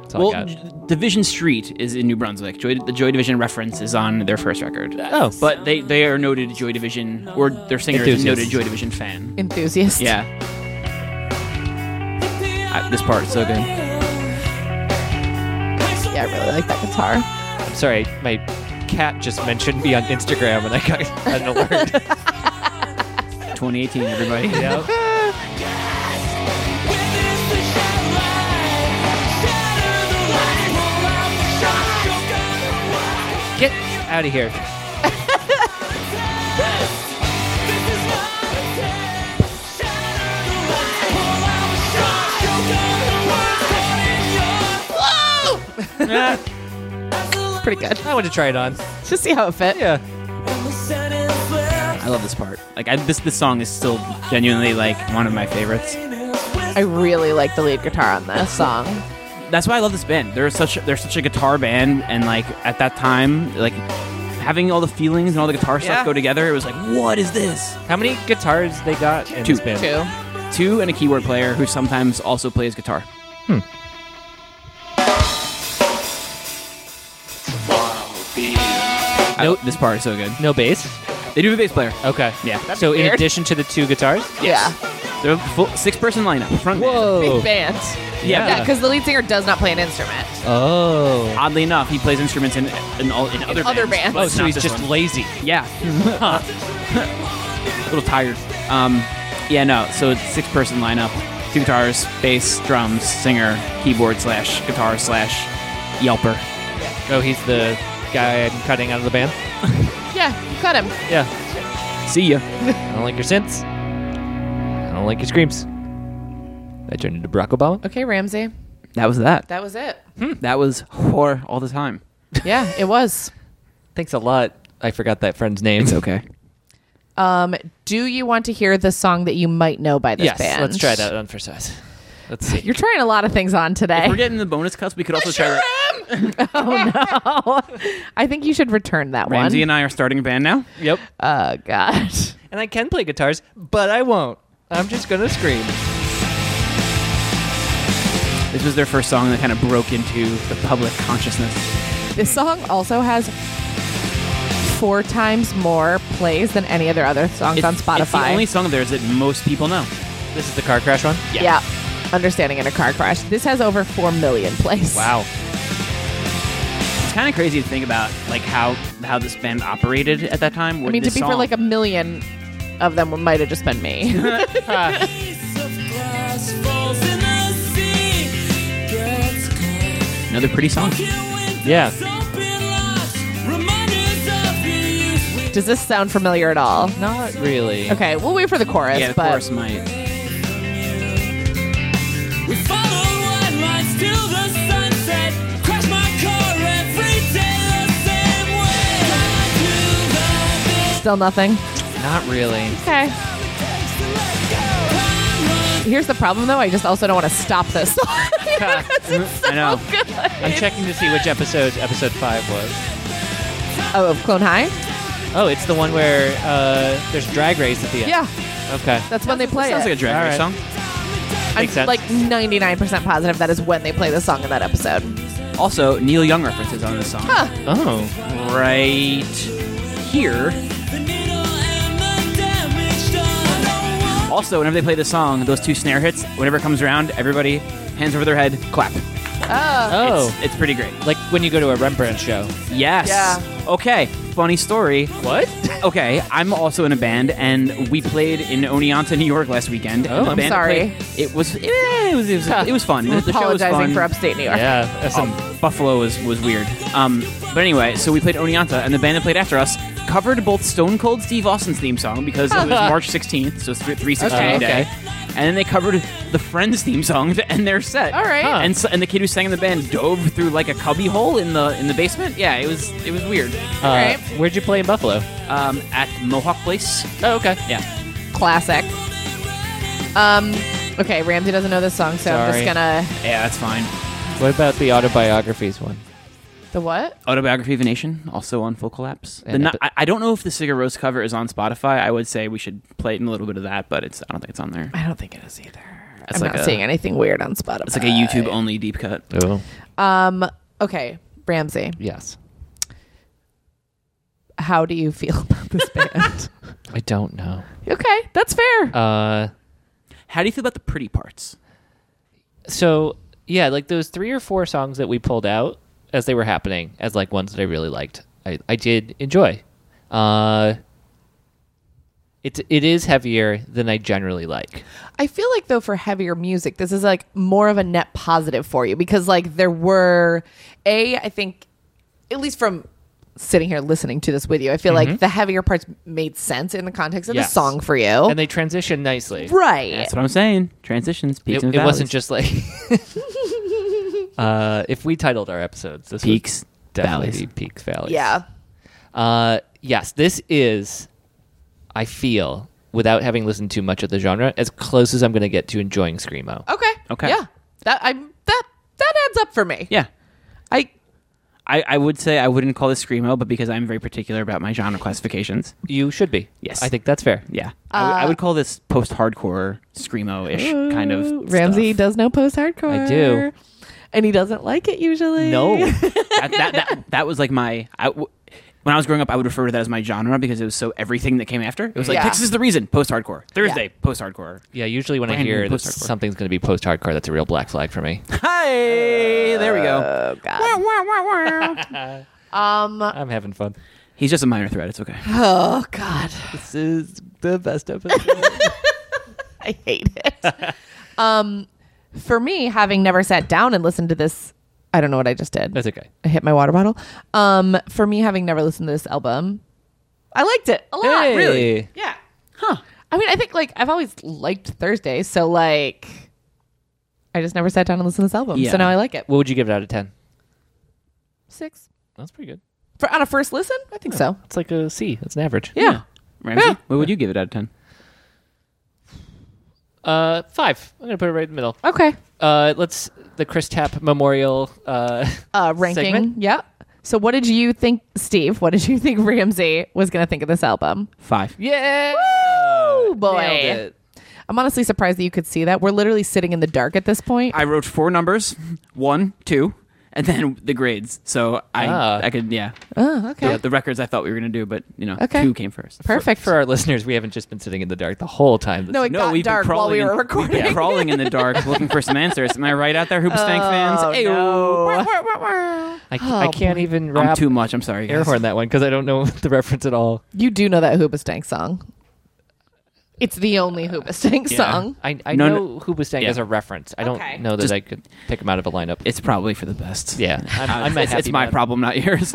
S1: That's all
S3: Well,
S1: I got.
S3: D- Division Street is in New Brunswick. Joy, the Joy Division reference is on their first record.
S1: Oh.
S3: But they, they are noted Joy Division, or their singer is a
S1: Enthusiast.
S3: noted Joy Division fan.
S2: Enthusiast.
S3: Yeah. I- this part is so good.
S2: Yeah, I really like that guitar.
S1: I'm sorry, my cat just mentioned me on Instagram, and I got an alert.
S3: 2018, everybody.
S1: yeah. Get out of here. Ah,
S2: Pretty good.
S1: I want to try it on.
S2: Just see how it fit.
S1: Yeah.
S3: I love this part. Like, I, this this song is still genuinely like one of my favorites.
S2: I really like the lead guitar on this song.
S3: That's why I love this band. They're such they're such a guitar band, and like at that time, like having all the feelings and all the guitar
S1: Yeah.
S3: stuff go together, it was like, what is this?
S1: How many guitars they got in
S3: Two.
S1: this band?
S2: Too.
S3: Two and a keyboard player who sometimes also plays guitar. Hmm. Note this part is so good.
S1: No bass.
S3: They do have a bass player.
S1: Okay.
S3: Yeah.
S1: so in
S2: weird.
S1: addition to the two guitars.
S2: Yeah.
S3: They're a full six person lineup. Front man.
S2: Big band.
S3: Yeah.
S2: Yeah, because the lead singer does not play an instrument.
S1: Oh.
S3: Oddly enough, he plays instruments in in, all, in other
S2: other bands.
S3: bands. but
S1: Oh, so
S3: not
S1: he's
S3: this
S1: just
S3: one.
S1: lazy.
S3: Yeah. a little tired. Um, yeah, no. So it's six person lineup: two guitars, bass, drums, singer, keyboard slash guitar slash yelper.
S1: Oh, he's the guy I'm cutting out of the band.
S2: Yeah, cut him.
S1: Yeah.
S3: See ya.
S1: I don't like your synths. I don't like your screams. I turned into Barack Obama.
S2: Okay, Ramsey.
S3: That was that.
S2: That was it.
S3: That was horror all the time.
S2: Yeah, it was.
S1: Thanks a lot. I forgot that friend's name.
S3: It's okay.
S2: Um, do you want to hear the song that you might know by this
S1: Yes,
S2: band?
S1: let's try that on for size. Let's see.
S2: You're trying a lot of things on today.
S3: We're getting the bonus cuts. We could also try. that.
S2: Oh, I think you should return that
S3: Ramsey
S2: one.
S3: and I are starting a band now.
S1: yep.
S2: oh God.
S1: And I can play guitars, but I won't. I'm just gonna scream.
S3: This was their first song that kind of broke into the public consciousness.
S2: This song also has four times more plays than any other other songs on Spotify.
S3: It's the only song of theirs that most people know.
S1: This is the car crash one.
S2: yeah. Understanding in a car crash. This has over four million plays.
S1: Wow.
S3: It's kind of crazy to think about, like how how this band operated at that time.
S2: I mean, to be for like a million of them might have just been me.
S4: Piece of glass falls in the sea, gets caught.
S3: another pretty song.
S4: Your windows
S1: Yeah.
S4: open lost, reminders of your youth. We
S2: Does this sound familiar at all?
S1: Not really.
S2: Okay, we'll wait for the chorus.
S3: Yeah, of
S2: but
S3: course, might.
S4: We follow one line till the sunset. Crash my car every day the same way. Down to the beach,
S2: still nothing.
S1: Not really.
S2: Okay.
S4: to let go. Time runs
S2: Here's the problem though. I just also don't want to stop this song. because it's so
S3: I know.
S2: good.
S1: I'm checking to see which episode episode five was.
S2: Oh, of Clone High.
S1: Oh, it's the one where uh, there's drag race at the end.
S2: Yeah,
S1: Okay.
S2: that's when they play
S3: Sounds
S2: it.
S3: like a Drag
S1: All
S3: Race
S1: right.
S3: song.
S2: I'm
S1: makes sense.
S2: like 99% positive that is when they play the song in that episode.
S3: Also, Neil Young references on this song
S1: Oh.
S3: right here.
S4: the needle and the damage done. I don't want
S3: Also, whenever they play this song, those two snare hits, whenever it comes around, everybody hands over their head, clap.
S1: Oh.
S3: It's, it's pretty great.
S1: like when you go to a Rembrandt show.
S3: Yes.
S2: Yeah.
S3: Okay. Funny story.
S1: What?
S3: Okay, I'm also in a band, and we played in Oneonta, New York last weekend. and
S1: Oh,
S3: the
S1: I'm
S3: band
S2: sorry.
S3: played- it was eh, it was it was, it was fun. The, the show was
S2: Apologizing
S3: fun.
S2: for upstate New York.
S1: Yeah. That's
S3: Um, Buffalo was was weird. Um, but anyway, so we played Oneonta, and the band that played after us covered both Stone Cold Steve Austin's theme song because it was March 16th, so it's three- 316
S2: Okay.
S3: day.
S1: Okay.
S3: And then they covered the Friends theme song to end their set.
S2: All right. Huh.
S3: And so, and the kid who sang in the band dove through like a cubby hole in the in the basement. Yeah, it was it was weird.
S1: uh,
S2: right.
S1: Where'd you play in Buffalo?
S3: Um, at Mohawk Place.
S1: Oh, okay.
S3: Yeah.
S2: Classic. Um, okay, Ramsey doesn't know this song, so I'm just
S1: Sorry.
S2: gonna.
S3: Yeah, that's fine.
S1: What about the autobiographies one?
S2: The what?
S3: Autobiography of a Nation, also on Full Collapse. The
S1: And
S3: no-
S1: epi-
S3: I, I don't know if the Cigar Rose cover is on Spotify. I would say we should play it in a little bit of that, but it's I don't think it's on there.
S2: I don't think it is either.
S3: That's
S2: I'm
S3: like
S2: not
S3: a-
S2: seeing anything weird on Spotify.
S3: It's like a YouTube only deep cut.
S1: Oh.
S2: Um, okay, Ramsey,
S1: Yes.
S2: how do you feel about this band?
S1: I don't know.
S2: okay, that's fair.
S1: Uh,
S3: How do you feel about the pretty parts?
S1: so yeah, like those three or four songs that we pulled out as they were happening, as like ones that I really liked. I, I did enjoy. Uh, it's it is heavier than I generally like.
S2: I feel like though for heavier music, this is like more of a net positive for you because like there were a I think at least from sitting here listening to this with you, I feel
S3: Mm-hmm.
S2: like the heavier parts made sense in the context of
S1: Yes.
S2: the song for you.
S1: And they transition nicely.
S2: Oh. right.
S3: That's what I'm saying. Transitions, peaks
S1: It,
S3: and
S1: it wasn't
S3: valleys.
S1: just like. uh, if we titled our episodes, this would
S3: Peaks,
S1: definitely
S3: valleys.
S1: be peaks, valleys.
S2: yeah.
S1: Uh, yes, this is, I feel, without having listened to much of the genre, as close as I'm going to get to enjoying screamo.
S2: Okay.
S3: Okay.
S2: Yeah. That I that that adds up for me.
S3: Yeah.
S2: I
S3: I, I would say I wouldn't call this Screamo, but because I'm very particular about my genre classifications.
S1: You should be.
S3: Yes.
S1: I think that's fair.
S3: Yeah. I would- I would call this post hardcore Screamo ish kind of. stuff.
S2: Ramsey does know post hardcore.
S1: I do.
S2: And he doesn't like it usually.
S1: No.
S3: that, that, that, that was like my. I w when I was growing up, I would refer to that as my genre because it was so everything that came after. It was like
S2: Yeah.
S3: Texas is the reason post hardcore Thursday post hardcore.
S1: Yeah, usually when I
S3: Brand new
S1: hear that
S3: post-hardcore.
S1: something's going to be post hardcore, that's a real black flag for me.
S3: Hey, there we go.
S2: Oh God.
S1: I'm having fun.
S3: He's just a minor threat. It's okay.
S2: Oh God.
S1: This is the best episode.
S2: I hate it. um, for me, having never sat down and listened to this, I don't know what I just did.
S1: that's okay.
S2: I hit my water bottle. Um, for me, having never listened to this album, I liked it a lot.
S1: Hey. Really?
S2: Yeah. Huh. I mean, I think like I've always liked Thursday, so like, I just never sat down and listened to this album,
S3: Yeah.
S2: so now I like it.
S1: What would you give it out of ten?
S2: Six
S1: That's pretty good.
S2: for on a first listen, I think so.
S1: It's like a C. It's an average.
S2: Yeah.
S3: Ramsey,
S2: Yeah.
S3: what would you give it out of ten?
S1: Uh, five. I'm gonna put it right in the middle.
S2: Okay.
S1: Uh, let's the Chris Tapp Memorial. Uh,
S2: Uh, ranking.
S1: Segment?
S2: Yeah. So, what did you think, Steve? What did you think Ramsey was going to think of this album?
S3: Five.
S1: yeah.
S2: Oh boy.
S1: Nailed it.
S2: I'm honestly surprised that you could see that. We're literally sitting in the dark at this point.
S3: I wrote four numbers: one, two, and then the grades. So I,
S1: Ah.
S3: I could, yeah,
S2: oh, okay.
S3: the, the records I thought we were gonna do, but you know,
S2: Okay.
S3: two came first.
S2: Perfect.
S1: For our listeners, we haven't just been sitting in the dark the whole time.
S2: no, it
S3: No,
S2: got
S3: we've
S2: dark
S3: been
S2: while
S3: crawling.
S2: we
S3: in,
S2: were
S3: we've been
S2: recording.
S3: crawling in the dark, looking for some answers. Am I right out there, Hoobastank fans?
S2: Oh,
S3: Ayo.
S2: no.
S3: Wah, wah, wah, wah.
S1: I,
S2: Oh,
S1: I can't even
S3: I'm
S1: wrap
S3: too much. I'm sorry.
S1: air
S3: guys.
S1: horn that one because I don't know the reference at all.
S2: You do know that Hoobastank song. It's the only Hoobastank
S3: yeah.
S2: song.
S1: I, I
S3: No,
S1: know who was saying
S3: Yeah.
S1: as a reference. I don't
S2: Okay.
S1: know that
S3: Just-
S1: I could pick him out of a lineup.
S3: It's probably for the best.
S1: yeah, I'm, I'm a
S3: it's, it's
S1: happy
S3: my
S1: man.
S3: problem, not yours.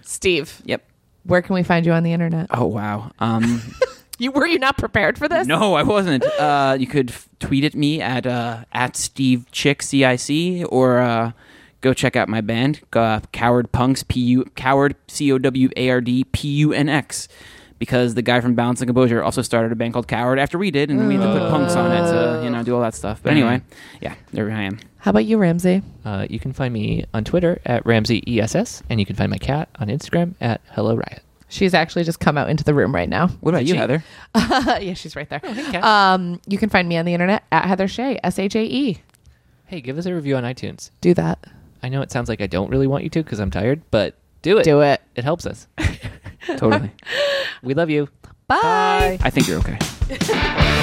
S2: Steve,
S3: yep.
S2: where can we find you on the internet?
S3: Oh wow. Um,
S2: You were you not prepared for this?
S3: no, I wasn't. Uh, you could f- tweet at me at uh, at Steve Chick C I C or uh, go check out my band uh, Coward Punks P U Coward C O W A R D P U N X because the guy from Balance and Composure also started a band called Coward after we did, and then we had to put punks on it to you know do all that stuff.
S1: Mm.
S3: But anyway, yeah, there I am.
S2: How about you, Ramsey?
S1: Uh, you can find me on Twitter at Ramsey ESS, and you can find my cat on Instagram at Hello Riot.
S2: She's actually just come out into the room right now.
S3: What about you, Heather?
S2: yeah, she's right there.
S3: Oh,
S1: Kat.
S2: um, you can find me on the internet at Heather Shea, S H A E.
S1: Hey, give us a review on iTunes.
S2: Do that.
S1: I know it sounds like I don't really want you to because I'm tired, but do it.
S2: Do it.
S1: It helps us.
S3: Totally.
S1: We love you.
S2: Bye.
S3: I think you're okay.